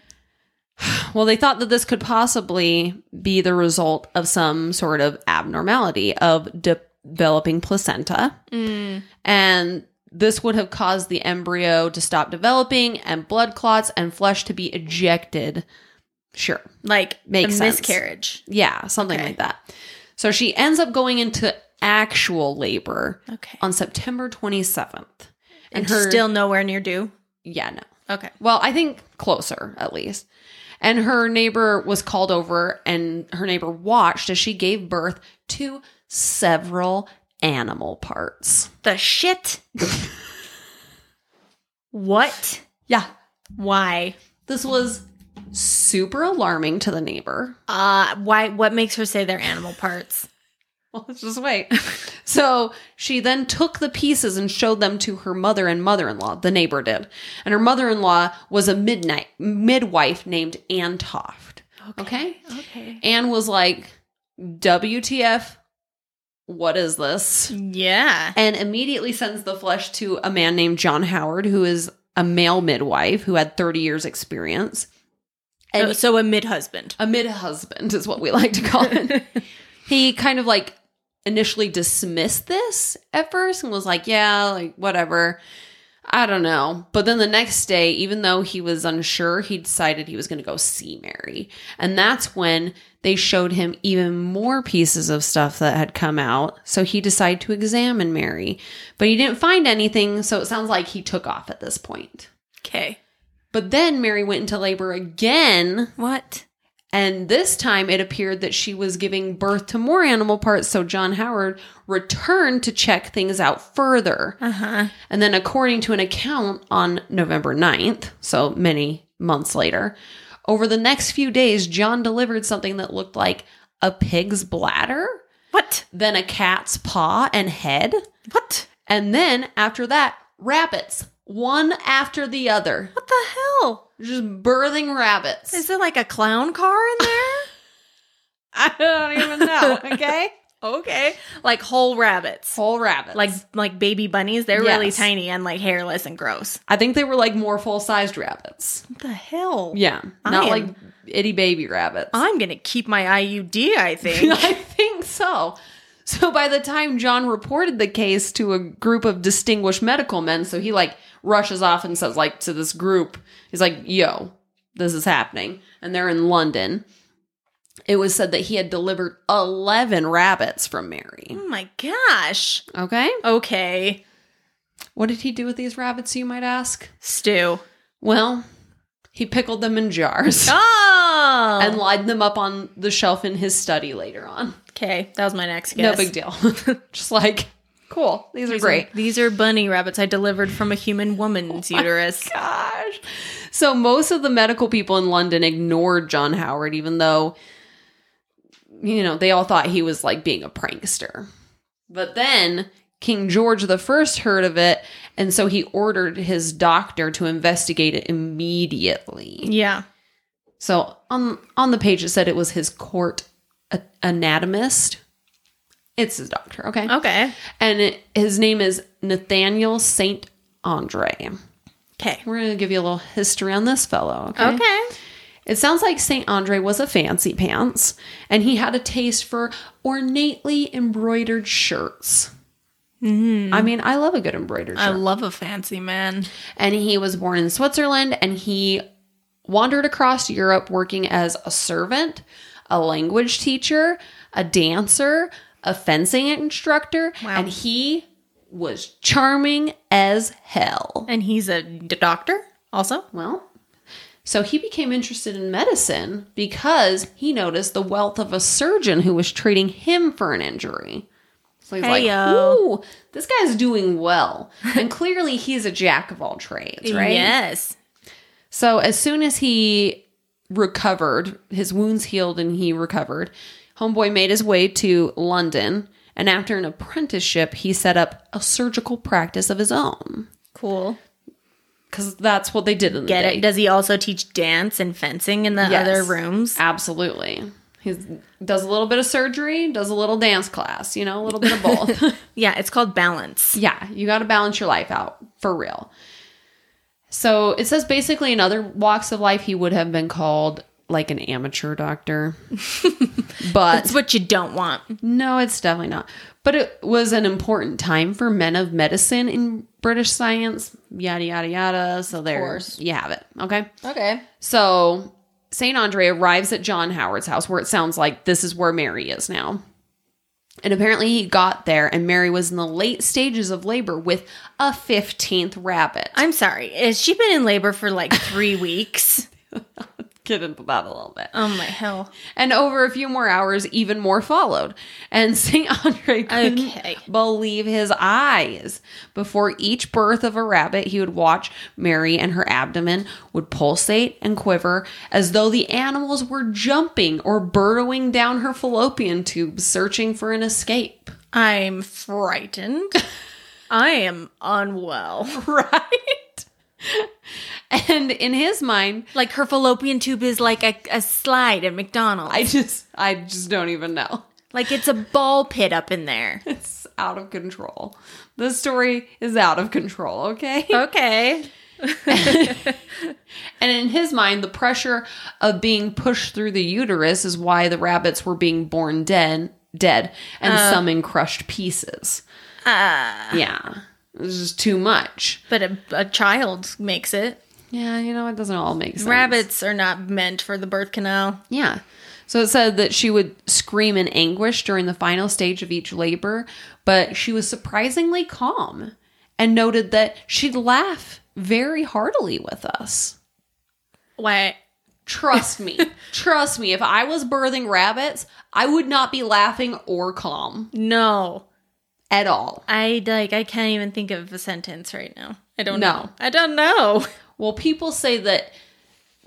S2: Well, they thought that this could possibly be the result of some sort of abnormality of developing placenta,
S1: Mm.
S2: and this would have caused the embryo to stop developing and blood clots and flesh to be ejected. Sure.
S1: Like
S2: Makes
S1: a
S2: sense.
S1: miscarriage.
S2: Yeah, something
S1: Okay.
S2: like that. So she ends up going into actual labor
S1: Okay.
S2: on September 27th.
S1: and still nowhere near due.
S2: yeah, no.
S1: Okay.
S2: Well, I think closer at least. And her neighbor was called over, and her neighbor watched as she gave birth to several animal parts.
S1: The shit. what?
S2: Yeah,
S1: Why?
S2: this was super alarming to the neighbor.
S1: Uh why what makes her say they're animal parts?
S2: Well, let's just wait. so she then took the pieces and showed them to her mother and mother-in-law. The neighbor did, and her mother-in-law was a midnight midwife named Ann Toft. okay?
S1: Okay.
S2: Anne was like, WTF, what is this?
S1: Yeah.
S2: And immediately sends the flesh to a man named John Howard, who is a male midwife who had 30 years experience. And
S1: Oh, so a mid husband.
S2: a mid husband is what we like to call it. he kind of like initially dismissed this at first and was like, yeah, like whatever. I don't know. But then the next day, even though he was unsure, he decided he was going to go see Mary. And that's when they showed him even more pieces of stuff that had come out. So he decided to examine Mary. But he didn't find anything. So it sounds like he took off at this point.
S1: Okay.
S2: But then Mary went into labor again
S1: What?
S2: and this time it appeared that she was giving birth to more animal parts, so John Howard returned to check things out further.
S1: Uh-huh.
S2: And then, according to an account on November 9th, so many months later, over the next few days, John delivered something that looked like a pig's bladder,
S1: What?
S2: then a cat's paw and head,
S1: What?
S2: and then after that, rabbits, one after the other.
S1: What the hell?
S2: Just birthing rabbits.
S1: Is it like a clown car in there?
S2: I don't even know, okay?
S1: okay. Like whole rabbits.
S2: Whole rabbits.
S1: like like baby bunnies, they're really
S2: Yes.
S1: tiny and like hairless and gross.
S2: I think they were like more full sized rabbits.
S1: What the hell?
S2: Yeah. Not
S1: I am-
S2: like itty baby rabbits.
S1: I'm gonna keep my IUD, I think.
S2: I think so. So by the time John reported the case to a group of distinguished medical men, so he like rushes off and says like to this group, he's like, "Yo, this is happening." And they're in London. It was said that he had delivered 11 rabbits from Mary.
S1: oh my gosh.
S2: Okay?
S1: Okay.
S2: What did he do with these rabbits, you might ask?
S1: Stew.
S2: Well, he pickled them in jars.
S1: Oh
S2: and lined them up on the shelf in his study later on.
S1: Okay, that was my next guess.
S2: No big deal. Just like, cool. These are
S1: These
S2: great.
S1: Are, these are bunny rabbits I delivered from a human woman's uterus.
S2: Gosh. So most of the medical people in London ignored John Howard, even though, you know, they all thought he was like being a prankster. But then King George the First heard of it, and so he ordered his doctor to investigate it immediately.
S1: Yeah.
S2: So on on the page it said it was his court a- anatomist. It's his doctor, okay?
S1: Okay.
S2: And it, his name is Nathaniel Saint Andre.
S1: Okay.
S2: We're gonna give you a little history on this fellow. Okay.
S1: Okay.
S2: It sounds like Saint Andre was a fancy pants, and he had a taste for ornately embroidered shirts. I mean, I love a good embroidered shirt.
S1: I love a fancy man.
S2: and he was born in Switzerland and he wandered across Europe working as a servant, a language teacher, a dancer, a fencing instructor,
S1: Wow.
S2: and he was charming as hell.
S1: And he's a d- doctor also?
S2: Well, so he became interested in medicine because he noticed the wealth of a surgeon who was treating him for an injury. So he's like,
S1: Heyo.
S2: ooh, this guy's doing well. and clearly he's a jack of all trades, right?
S1: Yes.
S2: So as soon as he recovered, his wounds healed and he recovered, Homeboy made his way to London. And after an apprenticeship, he set up a surgical practice of his own.
S1: Cool.
S2: Because that's what they did in the
S1: Get
S2: day.
S1: it? Does he also teach dance and fencing in the
S2: Yes.
S1: other rooms?
S2: Absolutely. He does a little bit of surgery, does a little dance class, you know, a little bit of both.
S1: Yeah, it's called balance.
S2: yeah, you got to balance your life out for real. So it says basically in other walks of life, he would have been called like an amateur doctor. but
S1: That's what you don't want.
S2: no, it's definitely not. But it was an important time for men of medicine in British science, yada, yada, yada. So there
S1: course.
S2: you have it. Okay.
S1: Okay.
S2: So St. Andre arrives at John Howard's house, where it sounds like this is where Mary is now. And apparently he got there, and Mary was in the late stages of labor with a 15th rabbit.
S1: I'm sorry. Has she been in labor for like three weeks?
S2: Get into that a little bit.
S1: Oh my hell.
S2: And over a few more hours, even more followed. And St. Andre couldn't
S1: Okay.
S2: believe his eyes. Before each birth of a rabbit, he would watch Mary, and her abdomen would pulsate and quiver as though the animals were jumping or burrowing down her fallopian tubes, searching for an escape.
S1: I'm frightened. I am unwell.
S2: Right? and in his mind,
S1: Like her fallopian tube is like a, a slide at McDonald's.
S2: I just, I just don't even know.
S1: like it's a ball pit up in there.
S2: It's out of control. This story is out of control, okay?
S1: okay.
S2: And in his mind, the pressure of being pushed through the uterus is why the rabbits were being born dead, dead, and some in crushed pieces. yeah, this is too much.
S1: But a, a child makes it.
S2: Yeah, you know it doesn't all make sense.
S1: Rabbits are not meant for the birth canal.
S2: Yeah. So it said that she would scream in anguish during the final stage of each labor, but she was surprisingly calm and noted that she'd laugh very heartily with us.
S1: Why?
S2: Trust me. Trust me. If I was birthing rabbits, I would not be laughing or calm
S1: No.
S2: at all.
S1: I like I can't even think of a sentence right now. I don't
S2: No.
S1: know. I don't know.
S2: Well, people say that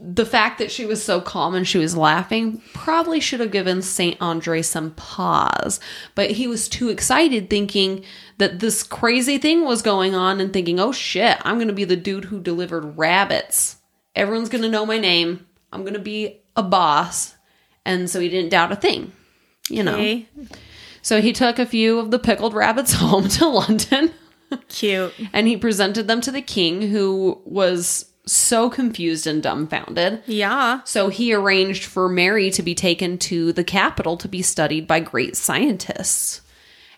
S2: the fact that she was so calm and she was laughing probably should have given St. Andre some pause, but he was too excited thinking that this crazy thing was going on and thinking, oh shit, I'm going to be the dude who delivered rabbits. Everyone's going to know my name. I'm going to be a boss. And so he didn't doubt a thing, you know.
S1: Okay.
S2: So he took a few of the pickled rabbits home to London
S1: Cute.
S2: and he presented them to the king, who was so confused and dumbfounded.
S1: Yeah.
S2: So he arranged for Mary to be taken to the capital to be studied by great scientists.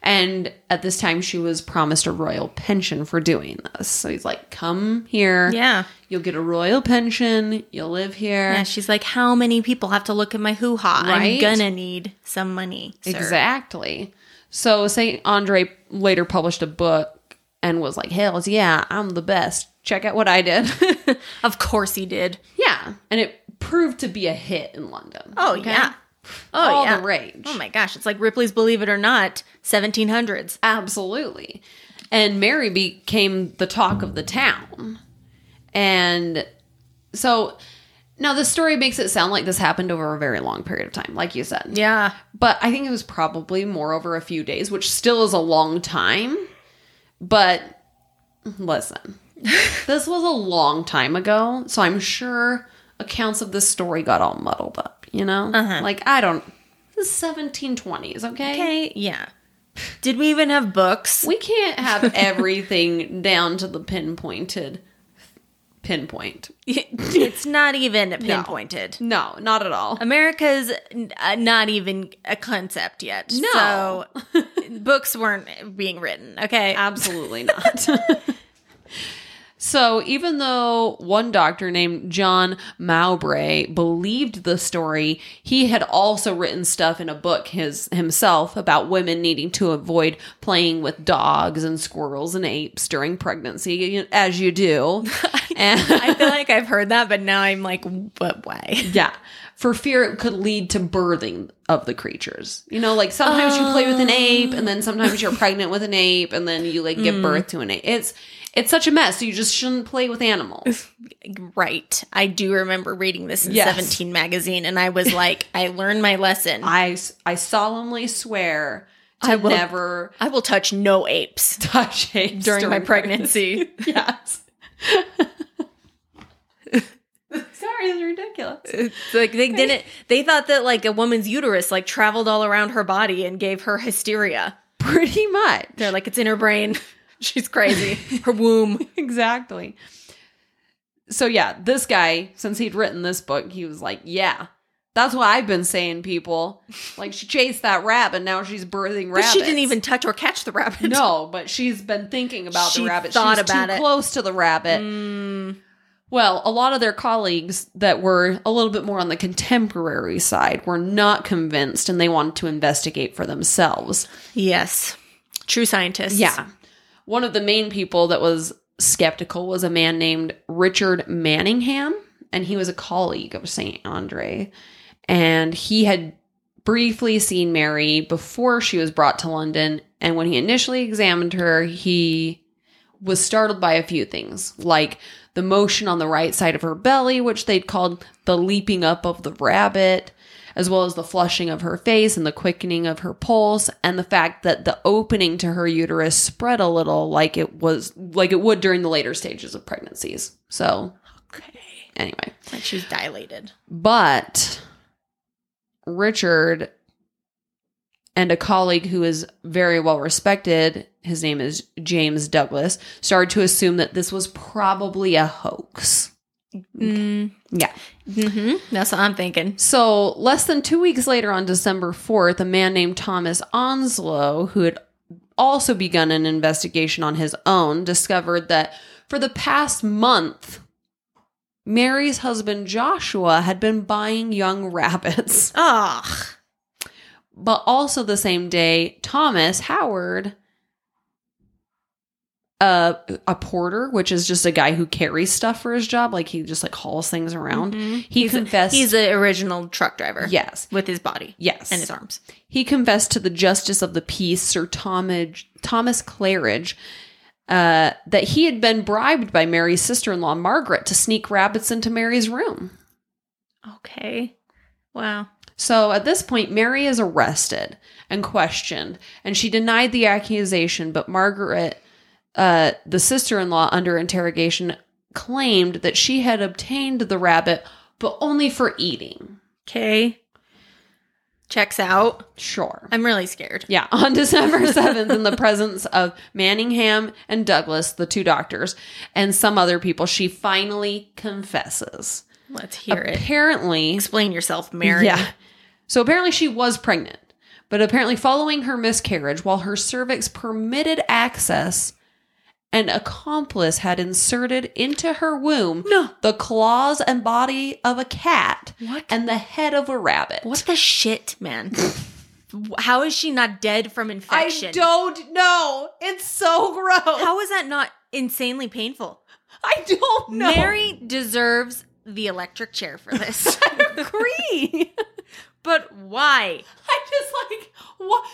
S2: And at this time, she was promised a royal pension for doing this. So he's like, Come here.
S1: Yeah.
S2: You'll get a royal pension. You'll live here.
S1: Yeah, she's like, how many people have to look at my hoo ha? I'm
S2: Right?
S1: gonna need some money. Sir.
S2: Exactly. So St. Andre later published a book and was like, Hells yeah, I'm the best. Check out what I did.
S1: Of course he did.
S2: yeah. And it proved to be a hit in London.
S1: Oh
S2: Okay?
S1: yeah. Oh
S2: All
S1: yeah.
S2: the rage.
S1: Oh my gosh. It's like Ripley's Believe It or Not, seventeen hundreds.
S2: Absolutely. And Mary became the talk of the town. And so now the story makes it sound like this happened over a very long period of time, like you said.
S1: Yeah.
S2: but I think it was probably more over a few days, which still is a long time. But listen, this was a long time ago, so I'm sure a accounts of this story got all muddled up, you know?
S1: Uh-huh.
S2: Like, I don't. This is 1720s, okay?
S1: Okay, yeah. Did we even have books?
S2: We can't have everything down to the pinpointed pinpoint.
S1: it's not even pinpointed.
S2: No, not at all.
S1: America's uh, not even a concept yet.
S2: No.
S1: So books weren't being written, okay?
S2: Absolutely not. so, even though one doctor named John Mowbray believed the story, he had also written stuff in a book his himself about women needing to avoid playing with dogs and squirrels and apes during pregnancy, you- as you do. And-
S1: I feel like I've heard that, but now I'm like, but why?
S2: Yeah. For fear it could lead to birthing of the creatures. You know, like sometimes you play with an ape and then sometimes you're pregnant with an ape and then you like give birth to an ape. It's it's such a mess. So you just shouldn't play with animals.
S1: Right. I do remember reading this in
S2: Yes.
S1: 17 magazine, and I was like, I learned my lesson. I,
S2: I s- I solemnly swear to
S1: I will-
S2: never
S1: will touch no apes
S2: touch apes
S1: during my pregnancy.
S2: pregnancy. yes. Sorry, it's ridiculous.
S1: It's like they didn't they thought that like a woman's uterus like traveled all around her body and gave her hysteria.
S2: Pretty much.
S1: They're like it's in her brain. She's crazy. Her womb.
S2: exactly. So yeah, this guy, since he'd written this book, he was like, "Yeah, that's what I've been saying, people. Like she chased that rabbit, now she's birthing
S1: But
S2: rabbits.
S1: she didn't even touch or catch the rabbit.
S2: no, but she's been thinking about
S1: She
S2: the rabbit.
S1: thought
S2: she's
S1: about
S2: too
S1: it.
S2: close to the rabbit.
S1: Mm,
S2: Well, a lot of their colleagues that were a little bit more on the contemporary side were not convinced, and they wanted to investigate for themselves.
S1: yes. True scientists.
S2: Yeah. One of the main people that was skeptical was a man named Richard Manningham, and he was a colleague of St. Andre. And he had briefly seen Mary before she was brought to London. And when he initially examined her, he was startled by a few things, like the motion on the right side of her belly, which they'd called the leaping up of the rabbit, as well as the flushing of her face and the quickening of her pulse, and the fact that the opening to her uterus spread a little like it was like it would during the later stages of pregnancies. So
S1: Okay.
S2: anyway.
S1: Like she was dilated.
S2: But Richard and a colleague who is very well respected, his name is James Douglas, started to assume that this was probably a hoax. Yeah.
S1: Mm. Mm-hmm. That's what I'm thinking.
S2: So, less than two weeks later, on December 4th, a man named Thomas Onslow, who had also begun an investigation on his own, discovered that for the past month, Mary's husband Joshua had been buying young rabbits.
S1: Ugh.
S2: But also the same day, Thomas Howard, uh, a porter, which is just a guy who carries stuff for his job, like he just like hauls things around.
S1: Mhm.
S2: He
S1: He's a-
S2: confessed.
S1: He's the original truck driver.
S2: yes,
S1: With his body
S2: yes,
S1: and his arms.
S2: he confessed to the justice of the peace, Sir Thomas, Thomas Claridge, uh, that he had been bribed by Mary's sister-in-law Margaret to sneak rabbits into Mary's room.
S1: Okay. Wow.
S2: So at this point, Mary is arrested and questioned, and she denied the accusation. But Margaret, uh, the sister in law under interrogation, claimed that she had obtained the rabbit, but only for eating.
S1: Okay. Checks out.
S2: Sure.
S1: I'm really scared.
S2: Yeah, on December 7th, in the presence of Manningham and Douglas, the two doctors, and some other people, she finally confesses.
S1: Let's hear it.
S2: Apparently,
S1: Explain yourself, Mary.
S2: Yeah. So apparently she was pregnant, but apparently following her miscarriage, while her cervix permitted access, an accomplice had inserted into her womb
S1: No.
S2: the claws and body of a cat
S1: What?
S2: and the head of a rabbit.
S1: What the shit, man? How is she not dead from
S2: I
S1: infection?
S2: don't know. It's so gross.
S1: How is that not insanely painful?
S2: I don't know.
S1: Mary deserves the electric chair for this.
S2: agree.
S1: but why?
S2: I just like what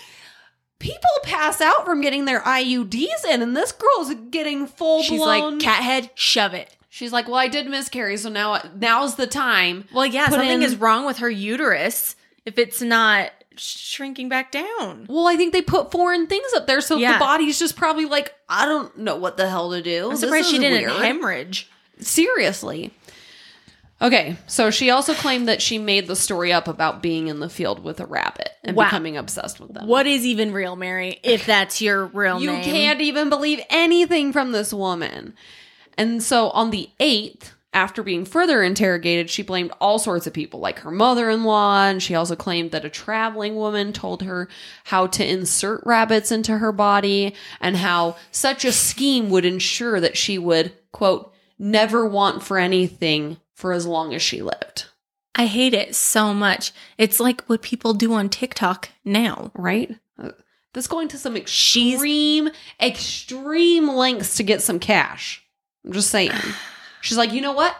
S2: people pass out from getting their IUDs in, and this girl's getting full
S1: She's
S2: blown.
S1: like, cat head, shove it.
S2: She's like, "Well, I did miscarry, so now now's the time."
S1: Well, yeah,
S2: Put
S1: something
S2: in-
S1: is wrong with her uterus if it's not shrinking back down.
S2: Well, I think they put foreign things up there, so
S1: Yeah.
S2: the body's just probably like, "I don't know what the hell to do."
S1: I'm
S2: This
S1: surprised she
S2: is
S1: didn't
S2: weird."
S1: hemorrhage.
S2: Seriously. Okay, so she also claimed that she made the story up about being in the field with a rabbit and
S1: Wow.
S2: becoming obsessed with them.
S1: What is even real, Mary? If that's your real
S2: You
S1: name,
S2: can't even believe anything from this woman. And so on the 8th, after being further interrogated, she blamed all sorts of people, like her mother in law. And she also claimed that a traveling woman told her how to insert rabbits into her body and how such a scheme would ensure that she would, quote, never want for anything for as long as she lived.
S1: I hate it so much. It's like what people do on TikTok now.
S2: right? Uh, That's going to some
S1: She's-
S2: extreme, extreme lengths to get some cash. I'm just saying. She's like, you know what?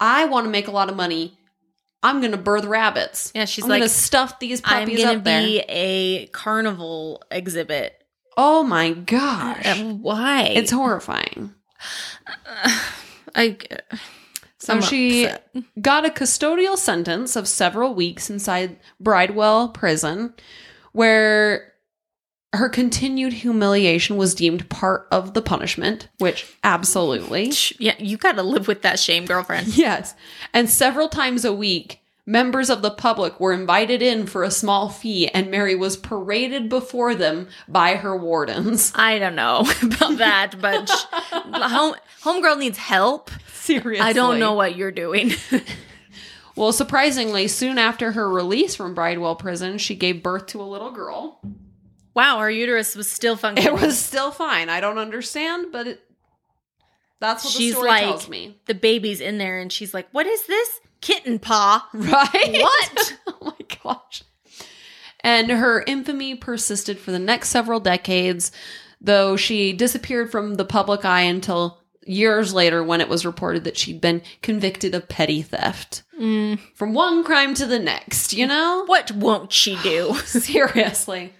S2: I want to make a lot of money. I'm gonna birth rabbits.
S1: Yeah, she's
S2: I'm
S1: like,
S2: gonna stuff these
S1: I'm
S2: puppies
S1: gonna
S2: up there.
S1: be a carnival exhibit.
S2: oh my
S1: Uh,
S2: gosh,
S1: Why?
S2: it's horrifying.
S1: I.
S2: So she got a custodial sentence of several weeks inside Bridewell Prison, where her continued humiliation was deemed part of the punishment, which absolutely.
S1: Yeah, you got to live with that shame, girlfriend.
S2: Yes. And several times a week, members of the public were invited in for a small fee, and Mary was paraded before them by her wardens.
S1: I don't know about that, but sh- home homegirl needs help.
S2: Seriously.
S1: I don't know what you're doing.
S2: Well, surprisingly, soon after her release from Bridewell Prison, she gave birth to a little girl.
S1: wow, her uterus was still functioning.
S2: It was still fine. I don't understand, but it, that's what
S1: She's
S2: the story
S1: like-
S2: tells me.
S1: the baby's in there, and she's like, "What is this kitten paw?
S2: Right?
S1: What?"
S2: oh my gosh. And her infamy persisted for the next several decades, though she disappeared from the public eye until years later when it was reported that she'd been convicted of petty theft.
S1: Mm,
S2: From one crime to the next, you know?
S1: what won't she do?"
S2: Seriously.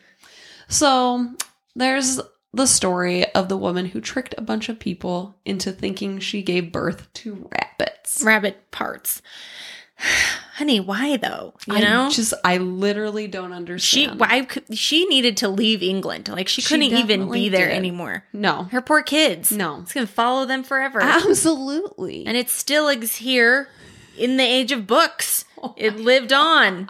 S2: So there's the story of the woman who tricked a bunch of people into thinking she gave birth to rabbits.
S1: Rabbit parts, honey. Why though? You
S2: I
S1: know,
S2: just I literally don't
S1: she
S2: understand.
S1: why could- she needed to leave England. Like she
S2: She
S1: couldn't even
S2: definitely
S1: be there
S2: did.
S1: anymore.
S2: No.
S1: Her poor kids.
S2: No.
S1: it's gonna follow them forever.
S2: Absolutely.
S1: and it still is here in the age of books.
S2: Oh
S1: It lived on.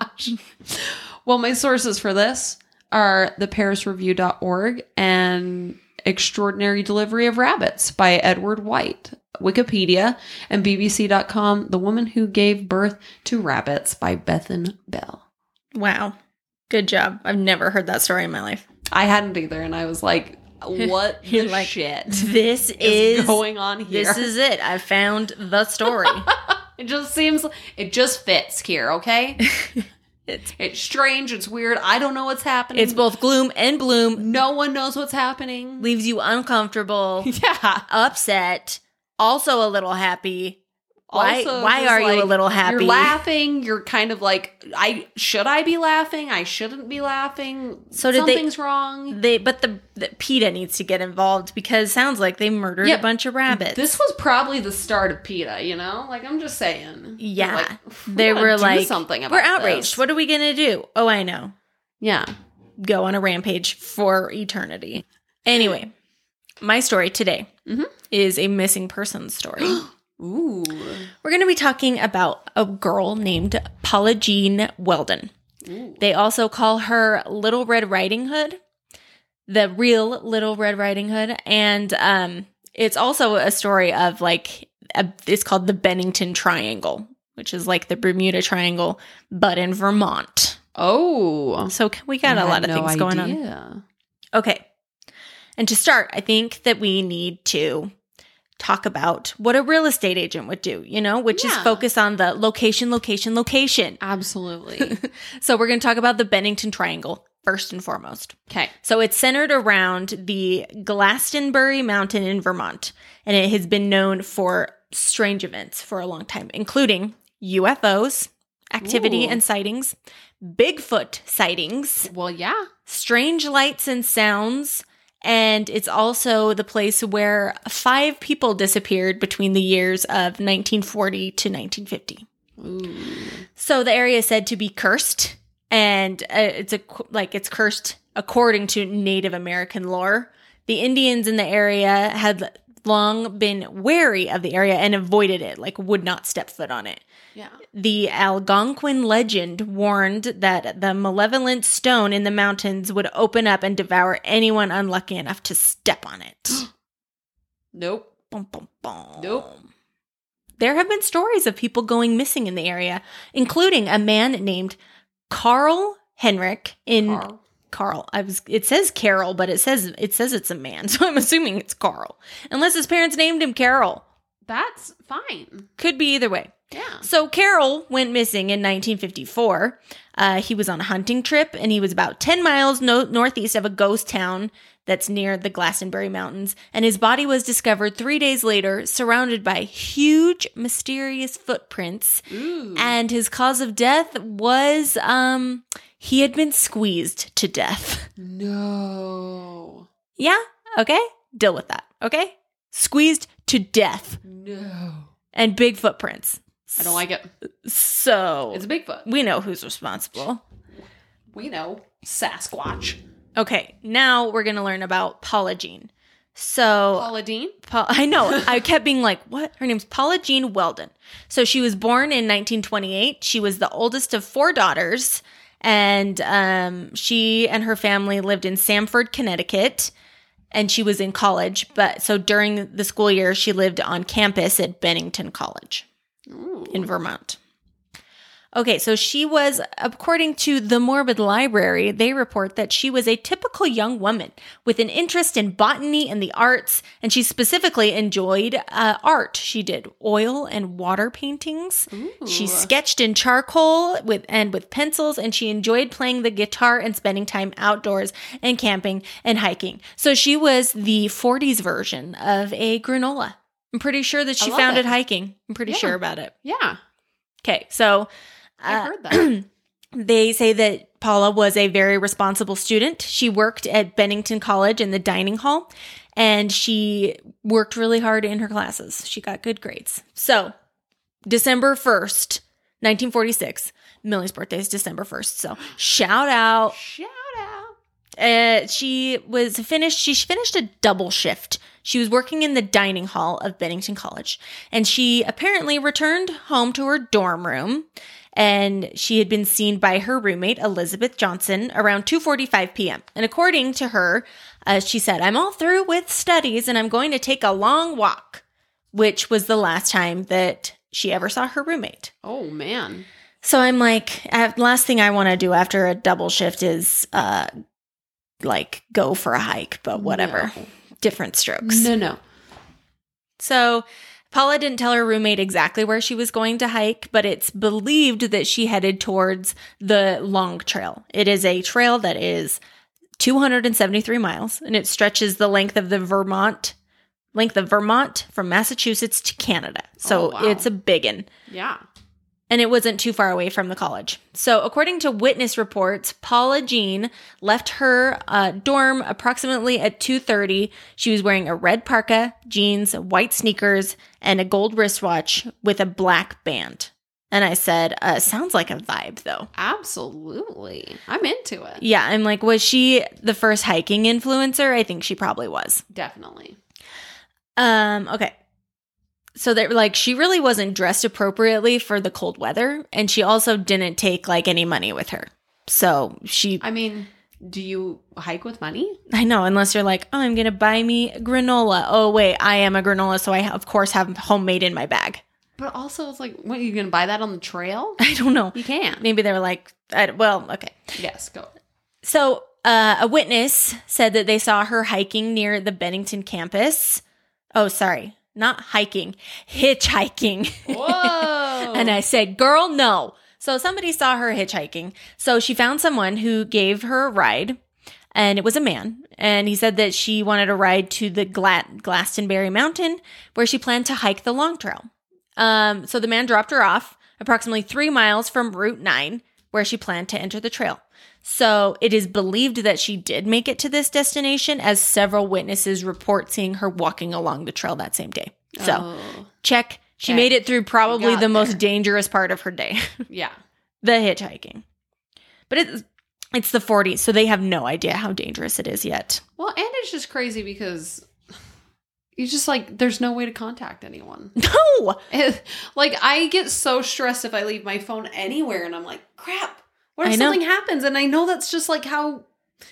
S2: well, my sources for this are the parisreview.org and Extraordinary Delivery of Rabbits by Edward White, Wikipedia, and BBC.com, The Woman Who Gave Birth to Rabbits by Bethan Bell.
S1: Wow. Good job. I've never heard that story in my life.
S2: I hadn't either, and I was like, what the
S1: You're like,
S2: shit is,
S1: This is,
S2: going on here?
S1: this is it. I found the story.
S2: it just seems, it just fits here, okay?
S1: it's
S2: it's strange, it's weird, I don't know what's happening.
S1: it's both gloom and bloom.
S2: no one knows what's happening.
S1: Leaves you uncomfortable,
S2: Yeah.
S1: upset, also a little happy. Why
S2: Also,
S1: why
S2: just
S1: are you
S2: like,
S1: a little happy?
S2: You're laughing. You're kind of like, I should I be laughing? I shouldn't be laughing.
S1: So did they-
S2: something's wrong.
S1: They but the, the PETA needs to get involved because sounds like they murdered
S2: Yeah.
S1: a bunch of rabbits.
S2: This was probably the start of PETA. You know, like I'm just saying.
S1: Yeah.
S2: Like, we
S1: they
S2: gotta
S1: were
S2: do
S1: like
S2: something. About
S1: We're outraged.
S2: this."
S1: What are we gonna do? Oh I know.
S2: Yeah.
S1: go on a rampage for eternity. Anyway, my story today
S2: Mhm.
S1: is a missing persons story.
S2: Ooh.
S1: We're going to be talking about a girl named Paula Jean Weldon.
S2: Ooh.
S1: They also call her Little Red Riding Hood, the real Little Red Riding Hood, and um, it's also a story of like a, it's called the Bennington Triangle, which is like the Bermuda Triangle, but in Vermont.
S2: Oh.
S1: So we got a lot of things going on.
S2: on.
S1: Okay. And to start, I think that we need to talk about what a real estate agent would do, you know, which is
S2: Yeah.
S1: focus on the location, location, location.
S2: Absolutely.
S1: So we're going to talk about the Bennington Triangle first and foremost.
S2: Okay.
S1: So it's centered around the Glastonbury Mountain in Vermont, and it has been known for strange events for a long time, including UFOs, activity
S2: Ooh.
S1: and sightings, Bigfoot sightings,
S2: Well, yeah.
S1: strange lights and sounds. And it's also the place where five people disappeared between the years of 1940 to 1950.
S2: Ooh.
S1: So the area is said to be cursed, and uh, it's a like it's cursed according to Native American lore. The Indians in the area had long been wary of the area and avoided it, like would not step foot on it.
S2: Yeah.
S1: The Algonquin legend warned that the malevolent stone in the mountains would open up and devour anyone unlucky enough to step on it.
S2: Nope.
S1: Bum, bum, bum.
S2: Nope.
S1: There have been stories of people going missing in the area, including a man named Carl Henrik in
S2: Carl.
S1: Carl. I was it says Carol, but it says it says it's a man, so I'm assuming it's Carl. Unless his parents named him Carol.
S2: That's fine.
S1: Could be either way.
S2: Yeah.
S1: So Carol went missing in 1954. Uh, he was on a hunting trip and he was about 10 miles no- northeast of a ghost town that's near the Glastonbury Mountains. And his body was discovered three days later, surrounded by huge, mysterious footprints.
S2: Ooh.
S1: And his cause of death was um, he had been squeezed to death.
S2: no.
S1: yeah, okay, deal with that, okay? Squeezed to death
S2: No.
S1: and big footprints.
S2: I don't like it.
S1: So
S2: It's Bigfoot.
S1: we know who's responsible.
S2: We know Sasquatch.
S1: Okay, now we're gonna learn about Paula Jean. So
S2: Paula Dean.
S1: Paul, I know I kept being like, "What?" Her name's Paula Jean Weldon. So she was born in 1928. She was the oldest of four daughters, and um, she and her family lived in Samford, Connecticut. And she was in college, but so during the school year, she lived on campus at Bennington College
S2: Ooh.
S1: in Vermont. Okay, so she was, according to the Morbid Library, they report that she was a typical young woman with an interest in botany and the arts, and she specifically enjoyed uh, art. She did oil and water paintings. She
S2: Ooh.
S1: sketched in charcoal with and with pencils, and she enjoyed playing the guitar and spending time outdoors and camping and hiking. So she was the 40s version of a granola. I'm pretty sure that she
S2: love
S1: found it
S2: it.
S1: hiking. I'm pretty
S2: Yeah.
S1: sure about it.
S2: Yeah.
S1: Okay, so
S2: I
S1: uh,
S2: heard that.
S1: they say that Paula was a very responsible student. She worked at Bennington College in the dining hall and she worked really hard in her classes. She got good grades. So, December 1st, 1946, Millie's birthday is December 1st. So, shout out.
S2: Shout out.
S1: Uh, she was finished, she finished a double shift. She was working in the dining hall of Bennington College and she apparently returned home to her dorm room and she had been seen by her roommate Elizabeth Johnson around 2:45 p.m. And according to her, uh, she said, "I'm all through with studies and I'm going to take a long walk," which was the last time that she ever saw her roommate.
S2: Oh man.
S1: So I'm like, uh, last thing I want to do after a double shift is uh, like go for a hike, but Uh, whatever, different strokes.
S2: No, no.
S1: So Paula didn't tell her roommate exactly where she was going to hike, but it's believed that she headed towards the Long Trail. It is a trail that is 273 miles and it stretches the length of the Vermont length of Vermont from Massachusetts to Canada. So
S2: Oh, wow.
S1: it's a big one
S2: Yeah.
S1: and it wasn't too far away from the college. So, according to witness reports, Paula Jean left her uh, dorm approximately at 2:30. She was wearing a red parka, jeans, white sneakers, and a gold wristwatch with a black band. And I said, uh, "Sounds like a vibe, though."
S2: Absolutely. I'm into it.
S1: Yeah, I'm like, was she the first hiking influencer? I think she probably was.
S2: Definitely.
S1: Um, okay. So that like she really wasn't dressed appropriately for the cold weather, and she also didn't take like any money with her. So she
S2: I mean, do you hike with money?
S1: I know, unless you're like, oh, I'm gonna buy me granola. Oh wait, I am a granola, so I of course have homemade in my bag.
S2: But also, it's like, what are you going to buy that on the trail?
S1: I don't know.
S2: You can.
S1: Maybe they were like, I, well, okay.
S2: Yes, go.
S1: So, uh, a witness said that they saw her hiking near the Bennington campus. Oh, sorry, not hiking, hitchhiking.
S2: Whoa.
S1: And I said, Girl, no. So somebody saw her hitchhiking. So she found someone who gave her a ride, and it was a man. And he said that she wanted a ride to the Gla- Glastonbury Mountain, where she planned to hike the long trail. Um, so the man dropped her off approximately three miles from Route 9, where she planned to enter the trail. So it is believed that she did make it to this destination, as several witnesses report seeing her walking along the trail that same day. So
S2: Oh.
S1: check. She
S2: Okay.
S1: made it through probably
S2: got
S1: the most
S2: there.
S1: dangerous part of her day,
S2: yeah.
S1: the hitchhiking. But it's it's the 40s, so they have no idea how dangerous it is yet.
S2: Well, and it's just crazy because you just like there's no way to contact anyone.
S1: No.
S2: like I get so stressed if I leave my phone anywhere and I'm like, crap, what if
S1: I know.
S2: something happens? And I know that's just like how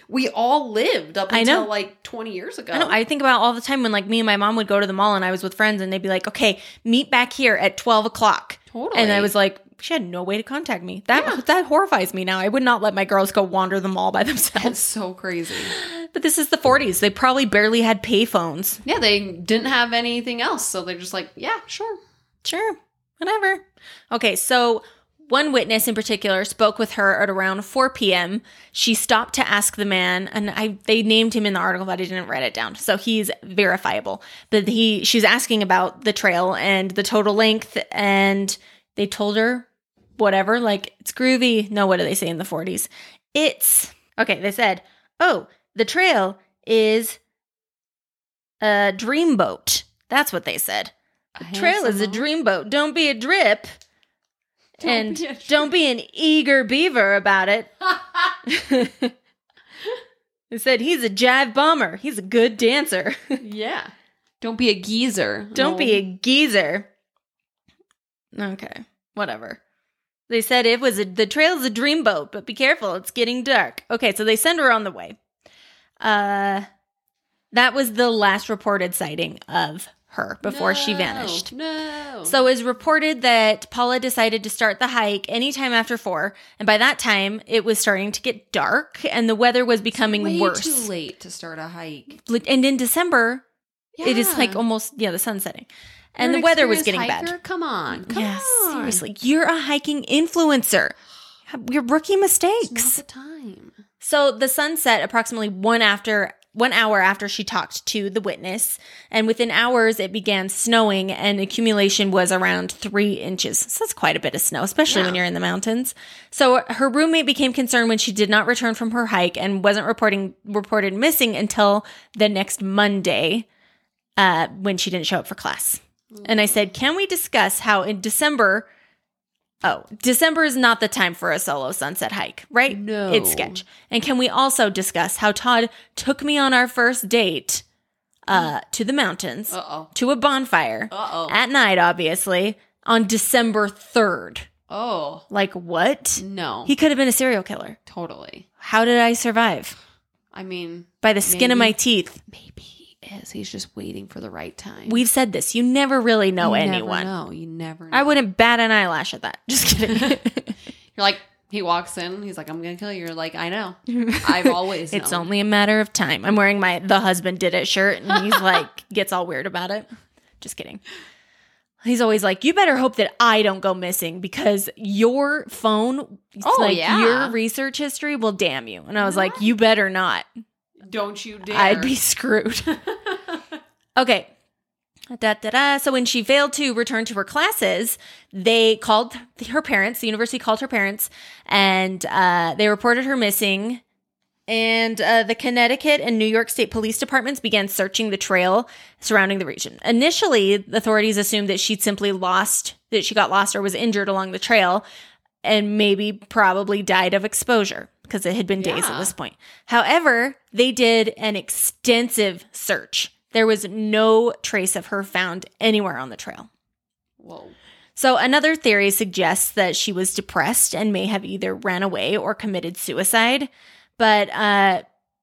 S2: we all lived up
S1: I
S2: until
S1: know.
S2: like 20 years ago.
S1: I know. I think about all the time when like me and my mom would go to the mall and I was with friends and they'd be like, okay, meet back here at 12 o'clock.
S2: totally.
S1: And I was like, she had no way to contact me. That
S2: Yeah.
S1: that horrifies me now. I would not let my girls go wander the mall by
S2: that's
S1: themselves.
S2: so crazy.
S1: but this is the 40s. They probably barely had payphones.
S2: Yeah, they didn't have anything else, so they're just like, yeah, sure.
S1: Sure, whatever. Okay, so one witness in particular spoke with her at around 4 p.m. She stopped to ask the man, and I they named him in the article, but I didn't write it down, so he's verifiable. But he she was asking about the trail and the total length, and they told her whatever, like it's groovy. No, what do they say in the 40s? It's okay. They said, oh, the trail is a dreamboat. That's what they said trail is a dreamboat. Don't be a drip.
S2: Don't
S1: and
S2: be a drip.
S1: don't be an eager beaver about it. it said he's a jive bomber. He's a good dancer.
S2: yeah. Don't be a geezer.
S1: Don't
S2: Oh.
S1: be a geezer. Okay, whatever. They said it was a, the trail's a dreamboat, but be careful, it's getting dark. Okay, so they send her on the way. Uh, that was the last reported sighting of her before she
S2: No,
S1: vanished.
S2: No.
S1: So it was reported that Paula decided to start the hike anytime after four, and by that time it was starting to get dark and the weather was becoming
S2: way
S1: worse.
S2: too late to start a hike.
S1: Like, And in December, it is like
S2: Yeah.
S1: almost yeah, the sun's setting.
S2: You're
S1: And
S2: an
S1: the weather was getting
S2: experienced
S1: bad.
S2: hiker? Come on. Come
S1: yeah,
S2: on.
S1: seriously. You're a hiking influencer. Your rookie
S2: It's
S1: mistakes.
S2: not the time.
S1: So the sun set approximately one after one hour after she talked to the witness, and within hours it began snowing, and accumulation was around three inches. So that's quite a bit of snow, especially when
S2: Yeah.
S1: you're in the mountains. So her roommate became concerned when she did not return from her hike and wasn't reporting reported missing until the next Monday, uh, when she didn't show up for class. And I said, Can we discuss how in December? Oh, December is not the time for a solo sunset hike, right?
S2: No.
S1: It's sketch. And can we also discuss how Todd took me on our first date uh, to the mountains,
S2: Uh oh.
S1: to a bonfire,
S2: Uh oh.
S1: at night, obviously, on December 3rd?
S2: Oh.
S1: Like, what?
S2: No.
S1: He could have been a serial killer.
S2: totally.
S1: How did I survive?
S2: I mean,
S1: By the skin of
S2: Maybe.
S1: my teeth.
S2: maybe he is. He's just waiting for the right time.
S1: We've said this. You never really know
S2: you
S1: anyone.
S2: Never know. You never know.
S1: I wouldn't bat an eyelash at that. Just kidding.
S2: You're like, he walks in. He's like, I'm going to kill you. You're like, I know. I've always
S1: It's
S2: known.
S1: only a matter of time. I'm wearing my the husband did it shirt and he's like gets all weird about it. Just kidding. He's always like, you better hope that I don't go missing because your phone, it's
S2: Oh,
S1: like
S2: yeah.
S1: your research history will damn you. And I was like, you better not.
S2: Don't you dare.
S1: I'd be screwed. okay. Da, da, da. So when she failed to return to her classes, they called her parents. The university called her parents, and uh, they reported her missing. And uh, the Connecticut and New York State police departments began searching the trail surrounding the region. Initially, the authorities assumed that she'd simply lost, that she got lost or was injured along the trail, and maybe probably died of exposure because it had been days at
S2: Yeah.
S1: this point. However, they did an extensive search. There was no trace of her found anywhere on the trail.
S2: Whoa.
S1: So, another theory suggests that she was depressed and may have either ran away or committed suicide. But uh,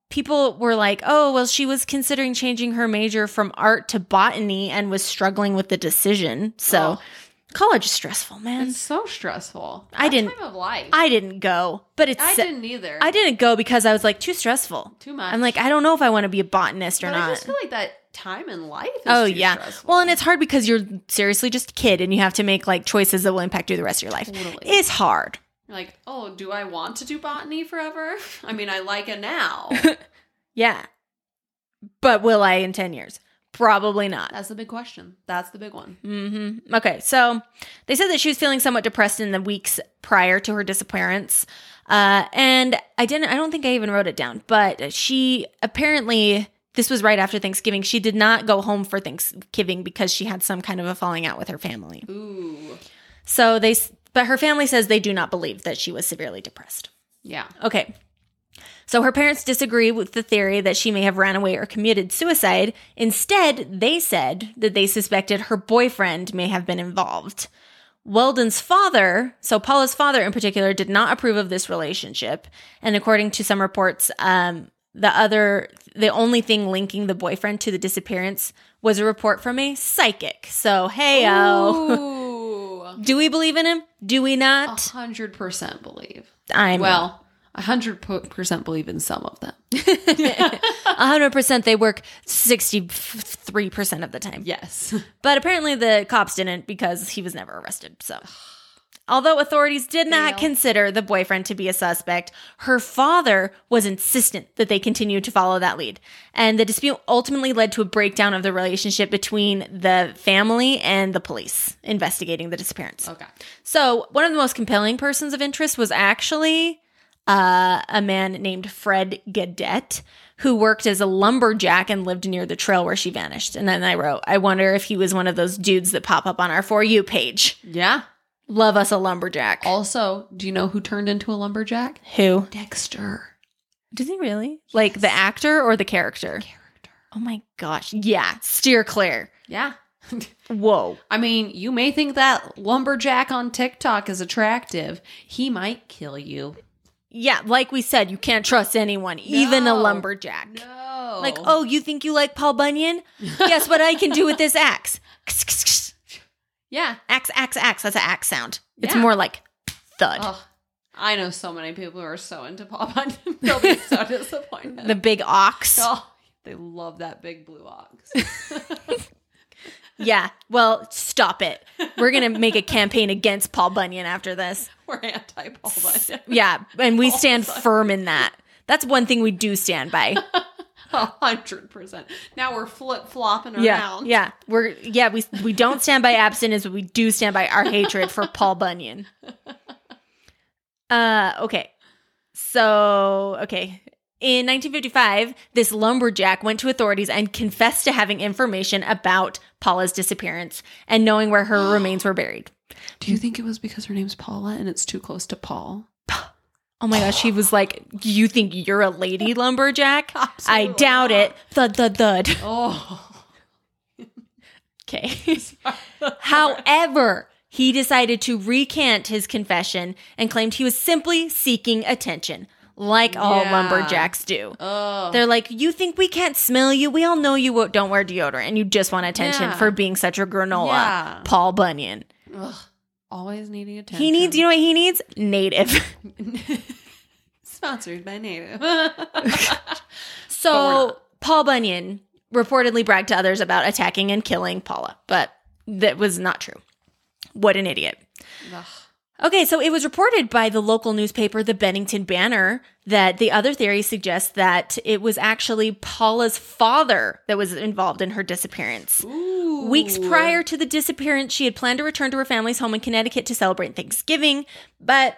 S1: people were like, oh, well, she was considering changing her major from art to botany and was struggling with the decision. So,
S2: Oh,
S1: college is stressful, man.
S2: it's so stressful.
S1: I
S2: That
S1: didn't-
S2: Time of life.
S1: I didn't go, but it's.
S2: I didn't either.
S1: I didn't go because I was like too stressful.
S2: Too much.
S1: I'm like, I don't know if I want to be a botanist or
S2: But
S1: not.
S2: I just feel like that time in life is
S1: oh
S2: too
S1: yeah.
S2: stressful.
S1: Well, and it's hard because you're seriously just a kid and you have to make like choices that will impact you the rest of your life.
S2: Totally.
S1: It's hard.
S2: You're like, oh, do I want to do botany forever? I mean, I like it now.
S1: Yeah. But will I in 10 years? Probably not.
S2: That's the big question. That's the big one.
S1: hmm Okay, so they said that she was feeling somewhat depressed in the weeks prior to her disappearance, uh, and I didn't. I don't think I even wrote it down, but she apparently this was right after Thanksgiving. She did not go home for Thanksgiving because she had some kind of a falling out with her family.
S2: Ooh.
S1: So they, s- but her family says they do not believe that she was severely depressed.
S2: Yeah.
S1: Okay. So her parents disagree with the theory that she may have ran away or committed suicide. Instead, they said that they suspected her boyfriend may have been involved. Weldon's father, so Paula's father in particular, did not approve of this relationship. And according to some reports, um, the other, the only thing linking the boyfriend to the disappearance was a report from a psychic. So, hey, oh.
S2: Ooh.
S1: Do we believe in him? Do we
S2: A
S1: not?
S2: hundred percent believe.
S1: I'm
S2: Oh. Well, a hundred po- percent believe in some of them.
S1: 100% they work 63% of the time.
S2: Yes.
S1: But apparently the cops didn't because he was never arrested. So, although authorities did not
S2: Fail.
S1: consider the boyfriend to be a suspect, her father was insistent that they continue to follow that lead. And the dispute ultimately led to a breakdown of the relationship between the family and the police investigating the disappearance.
S2: Okay.
S1: So, one of the most compelling persons of interest was actually uh, a man named Fred Gadet, who worked as a lumberjack and lived near the trail where she vanished. And then I wrote, I wonder if he was one of those dudes that pop up on our For You page.
S2: Yeah.
S1: Love us a lumberjack.
S2: Also, do you know who turned into a lumberjack?
S1: who?
S2: Dexter.
S1: Does he really? Like the actor or the character?
S2: Character.
S1: Oh my gosh. Yeah. Steer clear.
S2: Yeah.
S1: Whoa.
S2: I mean, you may think that lumberjack on TikTok is attractive. He might kill you.
S1: Yeah. Like we said, you can't trust anyone, even a
S2: No.
S1: lumberjack.
S2: No.
S1: Like, oh, you think you like Paul Bunyan? Guess what I can do with this axe? Kss, kss, kss.
S2: yeah.
S1: axe, axe, axe. That's an axe sound. It's
S2: Yeah.
S1: more like thud.
S2: Oh, I know so many people who are so into Paul Bunyan. They'll be so disappointed.
S1: The big ox.
S2: Oh, they love that big blue ox.
S1: Yeah. Well, stop it. We're going to make a campaign against Paul Bunyan after this.
S2: We're anti Paul Bunyan.
S1: Yeah. And we stand
S2: Bunyan.
S1: firm in that. That's one thing we do stand by.
S2: A hundred percent. Now we're flip flopping
S1: Yeah.
S2: around.
S1: Yeah. We're, yeah, we, we don't stand by abstinence, but we do stand by our hatred for Paul Bunyan. Uh, okay. So, okay. In 1955, this lumberjack went to authorities and confessed to having information about Paula's disappearance and knowing where her remains were buried.
S2: Do you think it was because her name's Paula and it's too close to Paul?
S1: Oh my gosh, he was like, You think you're a lady lumberjack? I
S2: Absolutely
S1: doubt
S2: not.
S1: it. Thud, thud, thud.
S2: Oh.
S1: Okay. However, he decided to recant his confession and claimed he was simply seeking attention, like all
S2: Yeah.
S1: lumberjacks do.
S2: oh.
S1: They're like, you think we can't smell you? We all know you wo- don't wear deodorant and you just want attention
S2: Yeah.
S1: for being such a granola.
S2: Yeah.
S1: Paul Bunyan.
S2: Ugh. Always needing attention.
S1: He needs, you know what he needs? Native.
S2: Sponsored by Native. oh, But we're
S1: so Paul Bunyan reportedly bragged to others about attacking and killing Paula, but that was not true. What an idiot. Okay, so it was reported by the local newspaper, the Bennington Banner, that the other theory suggests that it was actually Paula's father that was involved in her disappearance. Weeks prior to the disappearance, she had planned to return to her family's home in Connecticut to celebrate Thanksgiving, but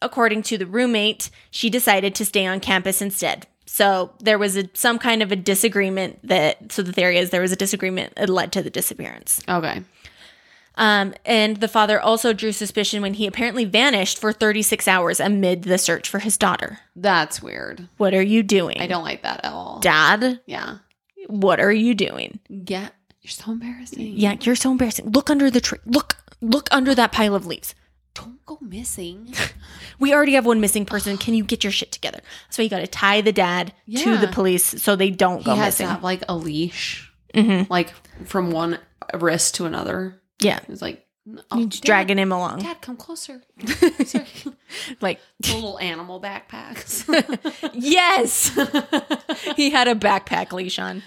S1: according to the roommate, she decided to stay on campus instead. So there was a, some kind of a disagreement that, so the theory is there was a disagreement that led to the disappearance.
S2: Okay.
S1: Um, and the father also drew suspicion when he apparently vanished for 36 hours amid the search for his daughter.
S2: That's weird.
S1: What are you doing?
S2: I don't like that at all.
S1: Dad,
S2: yeah.
S1: what are you doing?
S2: Yeah. You're so embarrassing.
S1: Yeah, you're so embarrassing. Look under the tree. Look, look under that pile of leaves.
S2: Don't go missing.
S1: We already have one missing person. Can you get your shit together? So you got to tie the dad to
S2: Yeah.
S1: the police so they don't
S2: he
S1: go
S2: has
S1: missing.
S2: to have like a leash,
S1: Mhm.
S2: like from one wrist to another.
S1: Yeah,
S2: It was like,
S1: You're
S2: oh,
S1: just dragging him along.
S2: Dad, come closer.
S1: Like,
S2: little animal backpacks.
S1: yes. he had a backpack leash on.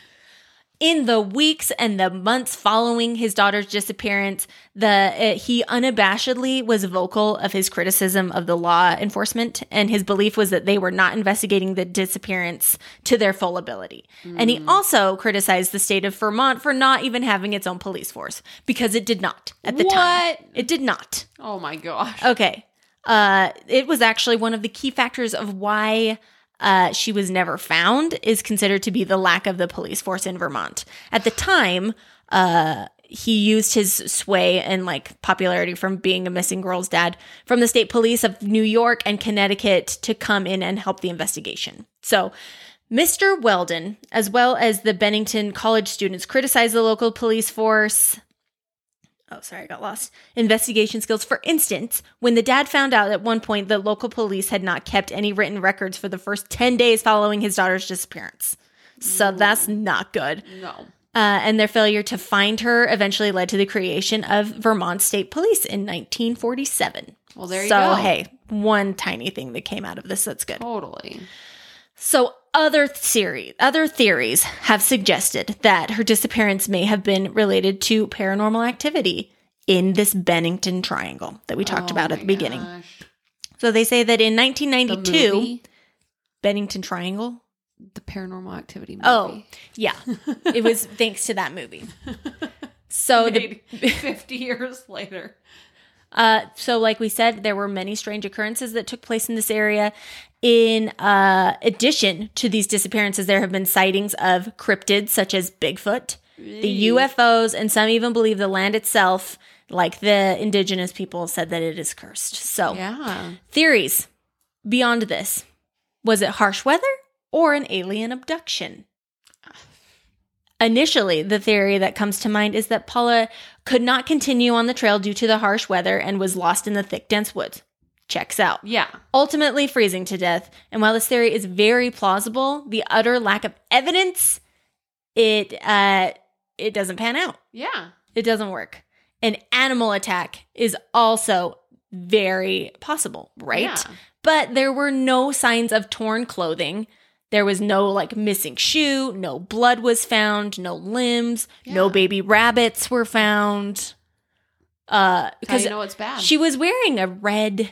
S1: In the weeks and the months following his daughter's disappearance, the uh, he unabashedly was vocal of his criticism of the law enforcement, and his belief was that they were not investigating the disappearance to their full ability. And he also criticized the state of Vermont for not even having its own police force because it did not at the time.
S2: What?
S1: It did not.
S2: oh my gosh.
S1: Okay. Uh, it was actually one of the key factors of why uh, she was never found is considered to be the lack of the police force in Vermont. At the time, uh, he used his sway and like popularity from being a missing girl's dad from the state police of New York and Connecticut to come in and help the investigation. So, Mr. Weldon, as well as the Bennington college students, criticized the local police force. Oh, sorry, I got lost. Investigation skills. For instance, when the dad found out at one point that local police had not kept any written records for the first 10 days following his daughter's disappearance. So
S2: Mm.
S1: that's not good
S2: No.
S1: uh, and their failure to find her eventually led to the creation of Vermont State Police in 1947.
S2: Well, there you
S1: so,
S2: go.
S1: hey, one tiny thing that came out of this that's good.
S2: Totally.
S1: So, other theory, other theories have suggested that her disappearance may have been related to paranormal activity in this Bennington Triangle that we talked
S2: Oh
S1: about at the
S2: my
S1: beginning.
S2: gosh.
S1: So they say that in
S2: The
S1: 1992,
S2: movie,
S1: Bennington Triangle,
S2: the Paranormal Activity movie.
S1: Oh, yeah, it was thanks to that movie. So the
S2: Made 50 years later.
S1: Uh, so, like we said, there were many strange occurrences that took place in this area. In uh, addition to these disappearances, there have been sightings of cryptids such as Bigfoot, the UFOs, and some even believe the land itself, like the indigenous people, said that it is cursed. So,
S2: Yeah.
S1: theories beyond this was it harsh weather or an alien abduction? Initially, the theory that comes to mind is that Paula could not continue on the trail due to the harsh weather and was lost in the thick, dense woods. Checks out.
S2: Yeah.
S1: Ultimately, freezing to death. And while this theory is very plausible, the utter lack of evidence, it uh, it doesn't pan out.
S2: Yeah.
S1: It doesn't work. An animal attack is also very possible, right?
S2: Yeah.
S1: But there were no signs of torn clothing. There was no like missing shoe, no blood was found, no limbs, no
S2: Yeah.
S1: baby rabbits were found. Uh
S2: Because
S1: because
S2: you know it's bad.
S1: she was wearing a red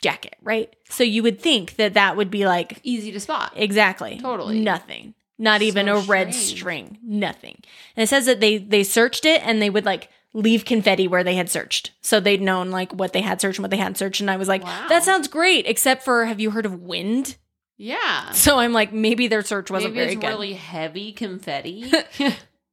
S1: jacket, right? So you would think that that would be like
S2: easy to spot.
S1: Exactly.
S2: Totally.
S1: Nothing. Not even
S2: So
S1: a red
S2: strange.
S1: string. Nothing. And it says that they they searched it and they would like leave confetti where they had searched. So they'd known like what they had searched and what they hadn't searched. And I was like,
S2: Wow.
S1: that sounds great, except for have you heard of wind?
S2: yeah.
S1: So I'm like, maybe their search wasn't
S2: Uh. Maybe
S1: very
S2: it's
S1: good.
S2: really heavy confetti.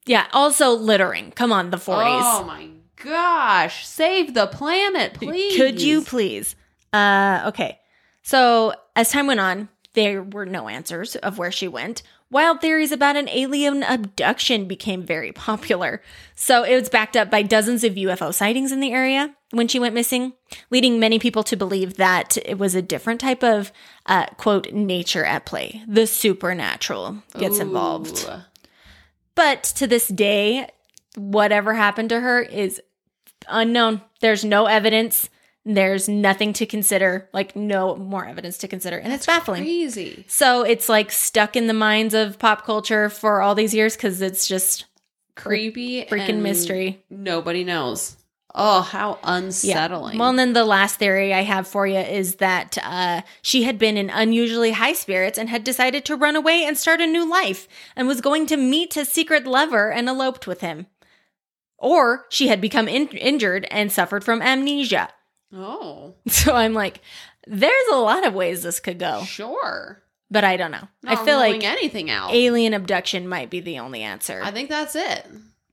S1: yeah. Also littering. Come on, the 40s.
S2: Oh my gosh. Save the planet, please.
S1: Could you please? Uh, okay. So as time went on, there were no answers of where she went. Wild theories about an alien abduction became very popular. So it was backed up by dozens of UFO sightings in the area when she went missing, leading many people to believe that it was a different type of, uh, quote, nature at play. The supernatural gets involved.
S2: Ooh.
S1: But to this day, whatever happened to her is unknown. There's no evidence. There's nothing to consider, like no more evidence to consider. And it's baffling.
S2: Crazy.
S1: So it's like stuck in the minds of pop culture for all these years because it's just
S2: Creepy.
S1: freaking
S2: and
S1: mystery.
S2: Nobody knows. Oh, how unsettling.
S1: Well, and then the last theory I have for you is that uh, she had been in unusually high spirits and had decided to run away and start a new life and was going to meet his secret lover and eloped with him. Or she had become in- injured and suffered from amnesia.
S2: oh,
S1: So I'm like, there's a lot of ways this could go,
S2: Oh, sure.
S1: but I don't know.
S2: Not
S1: I feel
S2: ruling
S1: like
S2: anything out.
S1: alien abduction might be the only answer
S2: I think that's it.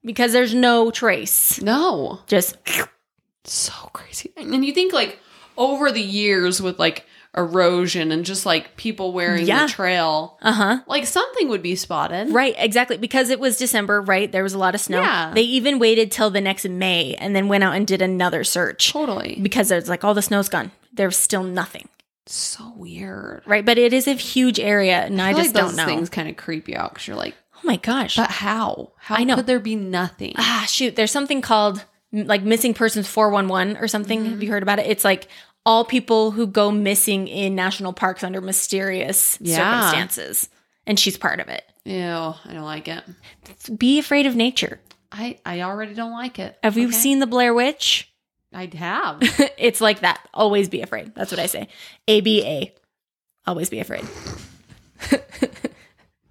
S1: because there's no trace.
S2: No.
S1: Just
S2: So crazy. And you think like over the years with like erosion and just like people wearing
S1: Yeah.
S2: the trail,
S1: uh huh.
S2: like something would be spotted.
S1: Right, exactly. Because it was December, right? There was a lot of snow.
S2: Yeah.
S1: They even waited till the next May and then went out and did another search
S2: Totally.
S1: because there's like all the snow's gone. There's still nothing,
S2: So weird.
S1: right? But it is a huge area and I,
S2: feel
S1: just
S2: like
S1: don't
S2: those
S1: know.
S2: Things kind of creep you out because you're like,
S1: oh my gosh.
S2: but how? How
S1: I know.
S2: could there be nothing?
S1: ah, shoot. There's something called m- like missing persons 411 or something.
S2: Mm-hmm.
S1: Have you heard about it? It's like all people who go missing in national parks under mysterious
S2: Yeah.
S1: circumstances. And she's part of it.
S2: Ew, I don't like it.
S1: Be afraid of nature.
S2: I I already don't like it.
S1: Have you
S2: Okay?
S1: seen The Blair Witch?
S2: I have.
S1: it's like that. Always be afraid. That's what I say. A B A. Always be afraid.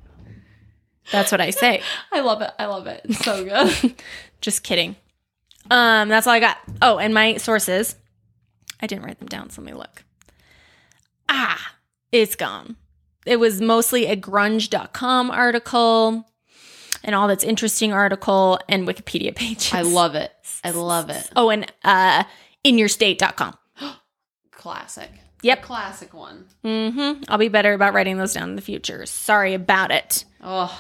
S1: that's what I say.
S2: I love it. I love it. It's so good.
S1: Just kidding. Um, that's all I got. Oh, and my sources. I didn't write them down, so let me look. Ah, it's gone. It was mostly a grunge.com article. an all that's interesting article and Wikipedia pages.
S2: I love it. I love it.
S1: Oh, and uh, inyourstate.com.
S2: Classic.
S1: Yep.
S2: A classic one.
S1: Mm-hmm. I'll be better about writing those down in the future. Sorry about it.
S2: Oh,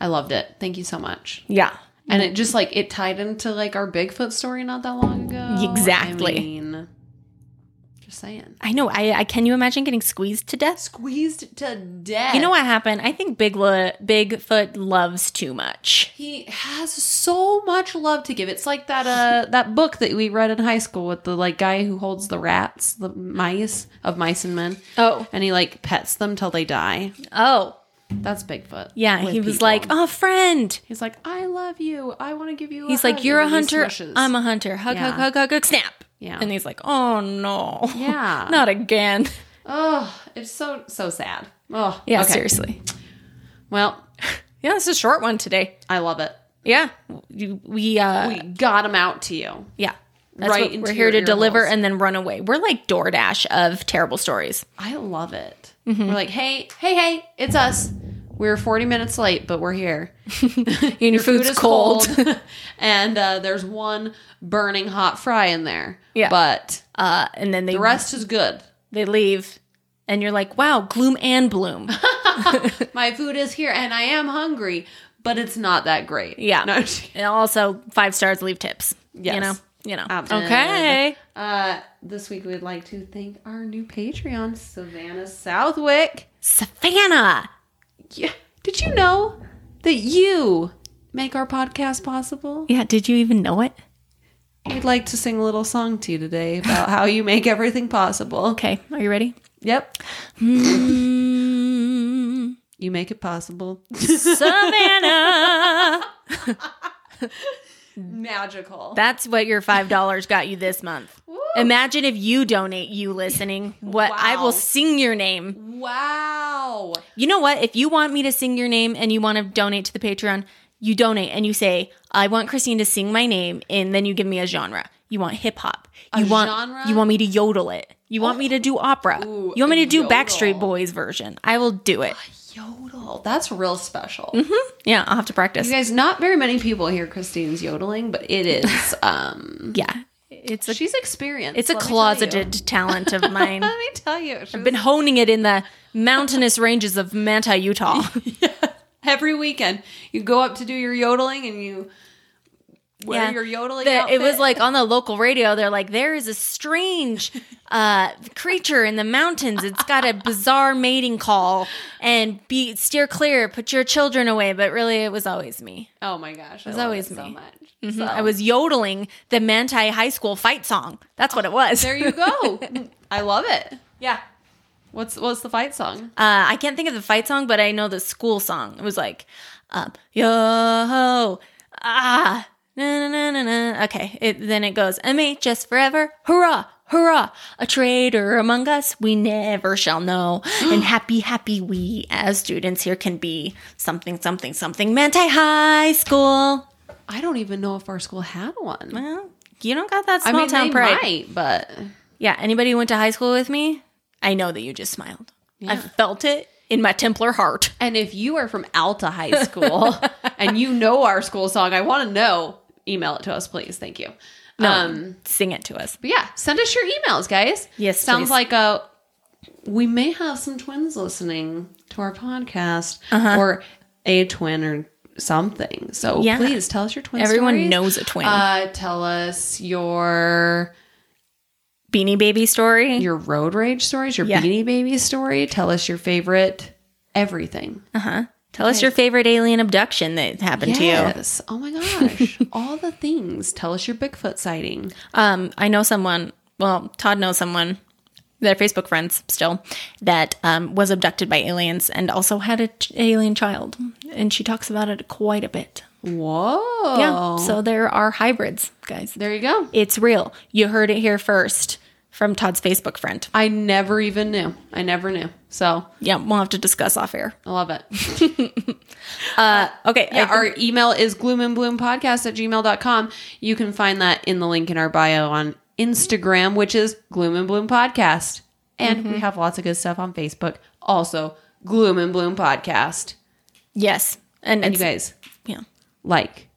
S2: I loved it. Thank you so much.
S1: Yeah.
S2: And it just like it tied into like our Bigfoot story not that long ago.
S1: Exactly.
S2: I mean, just saying.
S1: I know. I, I can you imagine getting squeezed to death?
S2: Squeezed to death.
S1: You know what happened? I think Big Lo- Bigfoot loves too much.
S2: He has so much love to give. It's like that uh that book that we read in high school with the like guy who holds the rats, the mice of mice and men,
S1: Oh.
S2: and he like pets them till they die.
S1: Oh.
S2: That's Bigfoot.
S1: Yeah.
S2: with
S1: He was
S2: people.
S1: like, oh, friend.
S2: he's like, I love you. I want to give you.
S1: He's
S2: a
S1: like,
S2: hug,"
S1: you're a
S2: and then he
S1: hunter.
S2: smushes.
S1: I'm a hunter. Hug,
S2: Yeah.
S1: hug, hug, hug, hug, snap.
S2: Yeah.
S1: And he's like, oh, no.
S2: Yeah.
S1: Not again.
S2: Oh, it's so so sad. Oh,
S1: Yeah,
S2: okay.
S1: seriously.
S2: Well,
S1: Yeah, it's a short one today.
S2: I love it.
S1: Yeah. You- We, uh,
S2: We got him out to you.
S1: yeah. That's
S2: Right
S1: what
S2: into
S1: we're
S2: your
S1: here to
S2: ear
S1: deliver
S2: holes.
S1: and then run away. We're like DoorDash of terrible stories.
S2: I love it.
S1: Mm-hmm.
S2: We're like, hey, hey, hey, it's us. We're 40 minutes late, but we're here.
S1: And your, food's cold.
S2: and uh, there's one burning hot fry in there.
S1: Yeah.
S2: But
S1: Uh, and then they
S2: the rest is good.
S1: they leave, and you're like, wow, gloom and bloom.
S2: My food is here and I am hungry, but it's not that great.
S1: Yeah.
S2: No, I'm just kidding.
S1: and also, five stars leave tips. You
S2: Yes.
S1: know. You know.
S2: Amen.
S1: Okay.
S2: uh, this week we'd like to thank our new Patreon, Savannah Southwick.
S1: Savannah.
S2: Yeah. Did you know that you make our podcast possible?
S1: Yeah. Did you even know it?
S2: We'd like to sing a little song to you today about how you make everything possible.
S1: Okay. Are you ready?
S2: Yep.
S1: Mm,
S2: You make it possible.
S1: Savannah.
S2: Magical.
S1: That's what your five dollars got you this month.
S2: Woo.
S1: Imagine if you donate, you listening. What I
S2: Wow.
S1: will sing your name.
S2: wow.
S1: You know what? If you want me to sing your name and you want to donate to the Patreon, you donate and you say, "I want Christine to sing my name," and then you give me a genre. You want hip hop. You want
S2: genre? Oh,
S1: you want me to yodel it. You want me to do opera.
S2: Ooh,
S1: you want me to do
S2: yodel.
S1: Backstreet Boys version. I will do it.
S2: Yodel. That's real special.
S1: Mm-hmm. Yeah, I'll have to practice.
S2: You guys, not very many people hear Christine's yodeling, but it is um
S1: Yeah, it's a
S2: she's experienced.
S1: it's a
S2: let me tell you.
S1: closeted talent of mine.
S2: Let me tell you. She's-
S1: Been honing it in the mountainous ranges of Manta, Utah.
S2: Every weekend you go up to do your yodeling and you wear
S1: Yeah.
S2: your yodeling.
S1: the- it was
S2: outfit.
S1: like on the local radio they're like there is a strange uh creature in the mountains it's got a bizarre mating call and be steer clear put your children away but really it was always me
S2: Oh my gosh. It was
S1: always
S2: so
S1: me.
S2: much.
S1: Mhm.
S2: So-
S1: i was yodeling the manti high school fight song that's what it was
S2: There you go. I love it.
S1: yeah
S2: What's what's the fight song?
S1: uh, I can't think of the fight song, but I know the school song. It was like, uh, yo, ah, na na na na na. Okay, it, then it goes, MHS forever, hurrah, hurrah. A traitor among us, we never shall know. and happy, happy we as students here can be. Something, something, something. Manti High School.
S2: I don't even know if our school had one.
S1: Well, you don't got that
S2: I
S1: small
S2: mean,
S1: town
S2: they
S1: pride.
S2: might, but
S1: Yeah, anybody who went to high school with me, I know that you just smiled. I felt it in my Templar heart.
S2: and if you are from Alta High School and you know our school song, I want to know. Email it to us, please. Thank you.
S1: No,
S2: Um,
S1: sing it to us.
S2: but yeah, send us your emails, guys.
S1: Yes,
S2: sounds
S1: please.
S2: like a. We may have some twins listening to our podcast, or a twin or something. So
S1: Uh-huh. Yeah.
S2: please tell us your twin.
S1: Everyone
S2: stories.
S1: knows a twin.
S2: Uh, tell us your
S1: Beanie Baby story.
S2: your road rage stories, your
S1: Yeah.
S2: Beanie Baby story. Tell us your favorite everything.
S1: Tell us your favorite alien abduction that happened to you.
S2: Yes. Oh my gosh. All the things. Tell us your Bigfoot sighting.
S1: Um, I know someone. Well, Todd knows someone. They're Facebook friends still that um, was abducted by aliens and also had an alien child, and she talks about it quite a bit.
S2: Whoa.
S1: Yeah, so there are hybrids, guys.
S2: There you go.
S1: It's real. You heard it here first from Todd's Facebook friend.
S2: I never even knew. I never knew. So
S1: Yeah, we'll have to discuss off air.
S2: I love it.
S1: Okay,
S2: Yeah,
S1: I-
S2: our email is gloomandbloompodcast at gmail.com. You can find that in the link in our bio on Instagram, which is Gloom and Bloom Podcast. And
S1: Mm-hmm.
S2: we have lots of good stuff on Facebook. Also, Gloom and Bloom Podcast.
S1: yes, and,
S2: And
S1: it's-
S2: you guys, like,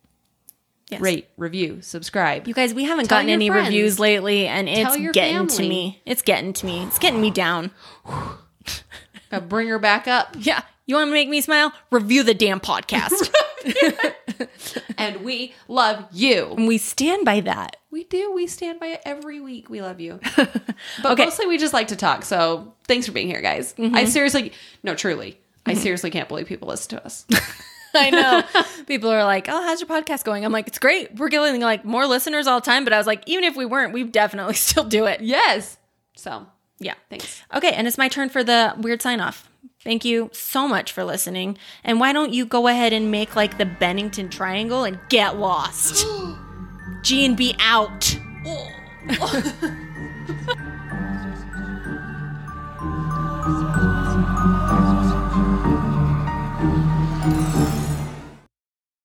S1: Yes.
S2: rate, review, subscribe.
S1: You guys, we haven't
S2: Tell
S1: gotten
S2: your
S1: any
S2: friends.
S1: reviews lately, and it's
S2: Tell your
S1: getting to
S2: family.
S1: me. It's getting to me. It's getting me down.
S2: Gotta bring her back up.
S1: Yeah. You want to make me smile? Review the damn podcast.
S2: and we love you.
S1: and we stand by that.
S2: We do. We stand by it every week. We love you. But
S1: Okay.
S2: mostly we just like to talk. So thanks for being here, guys. I seriously, no, truly, I seriously can't believe people listen to us.
S1: I know. People are like, oh, how's your podcast going? I'm like, it's great. We're getting like more listeners all the time. But I was like, even if we weren't, we definitely still do it.
S2: yes. So
S1: Yeah.
S2: thanks.
S1: Okay. And it's my turn for the weird sign off. Thank you so much for listening. And why don't you go ahead and make like the Bennington Oh. Triangle and get lost? G and B out.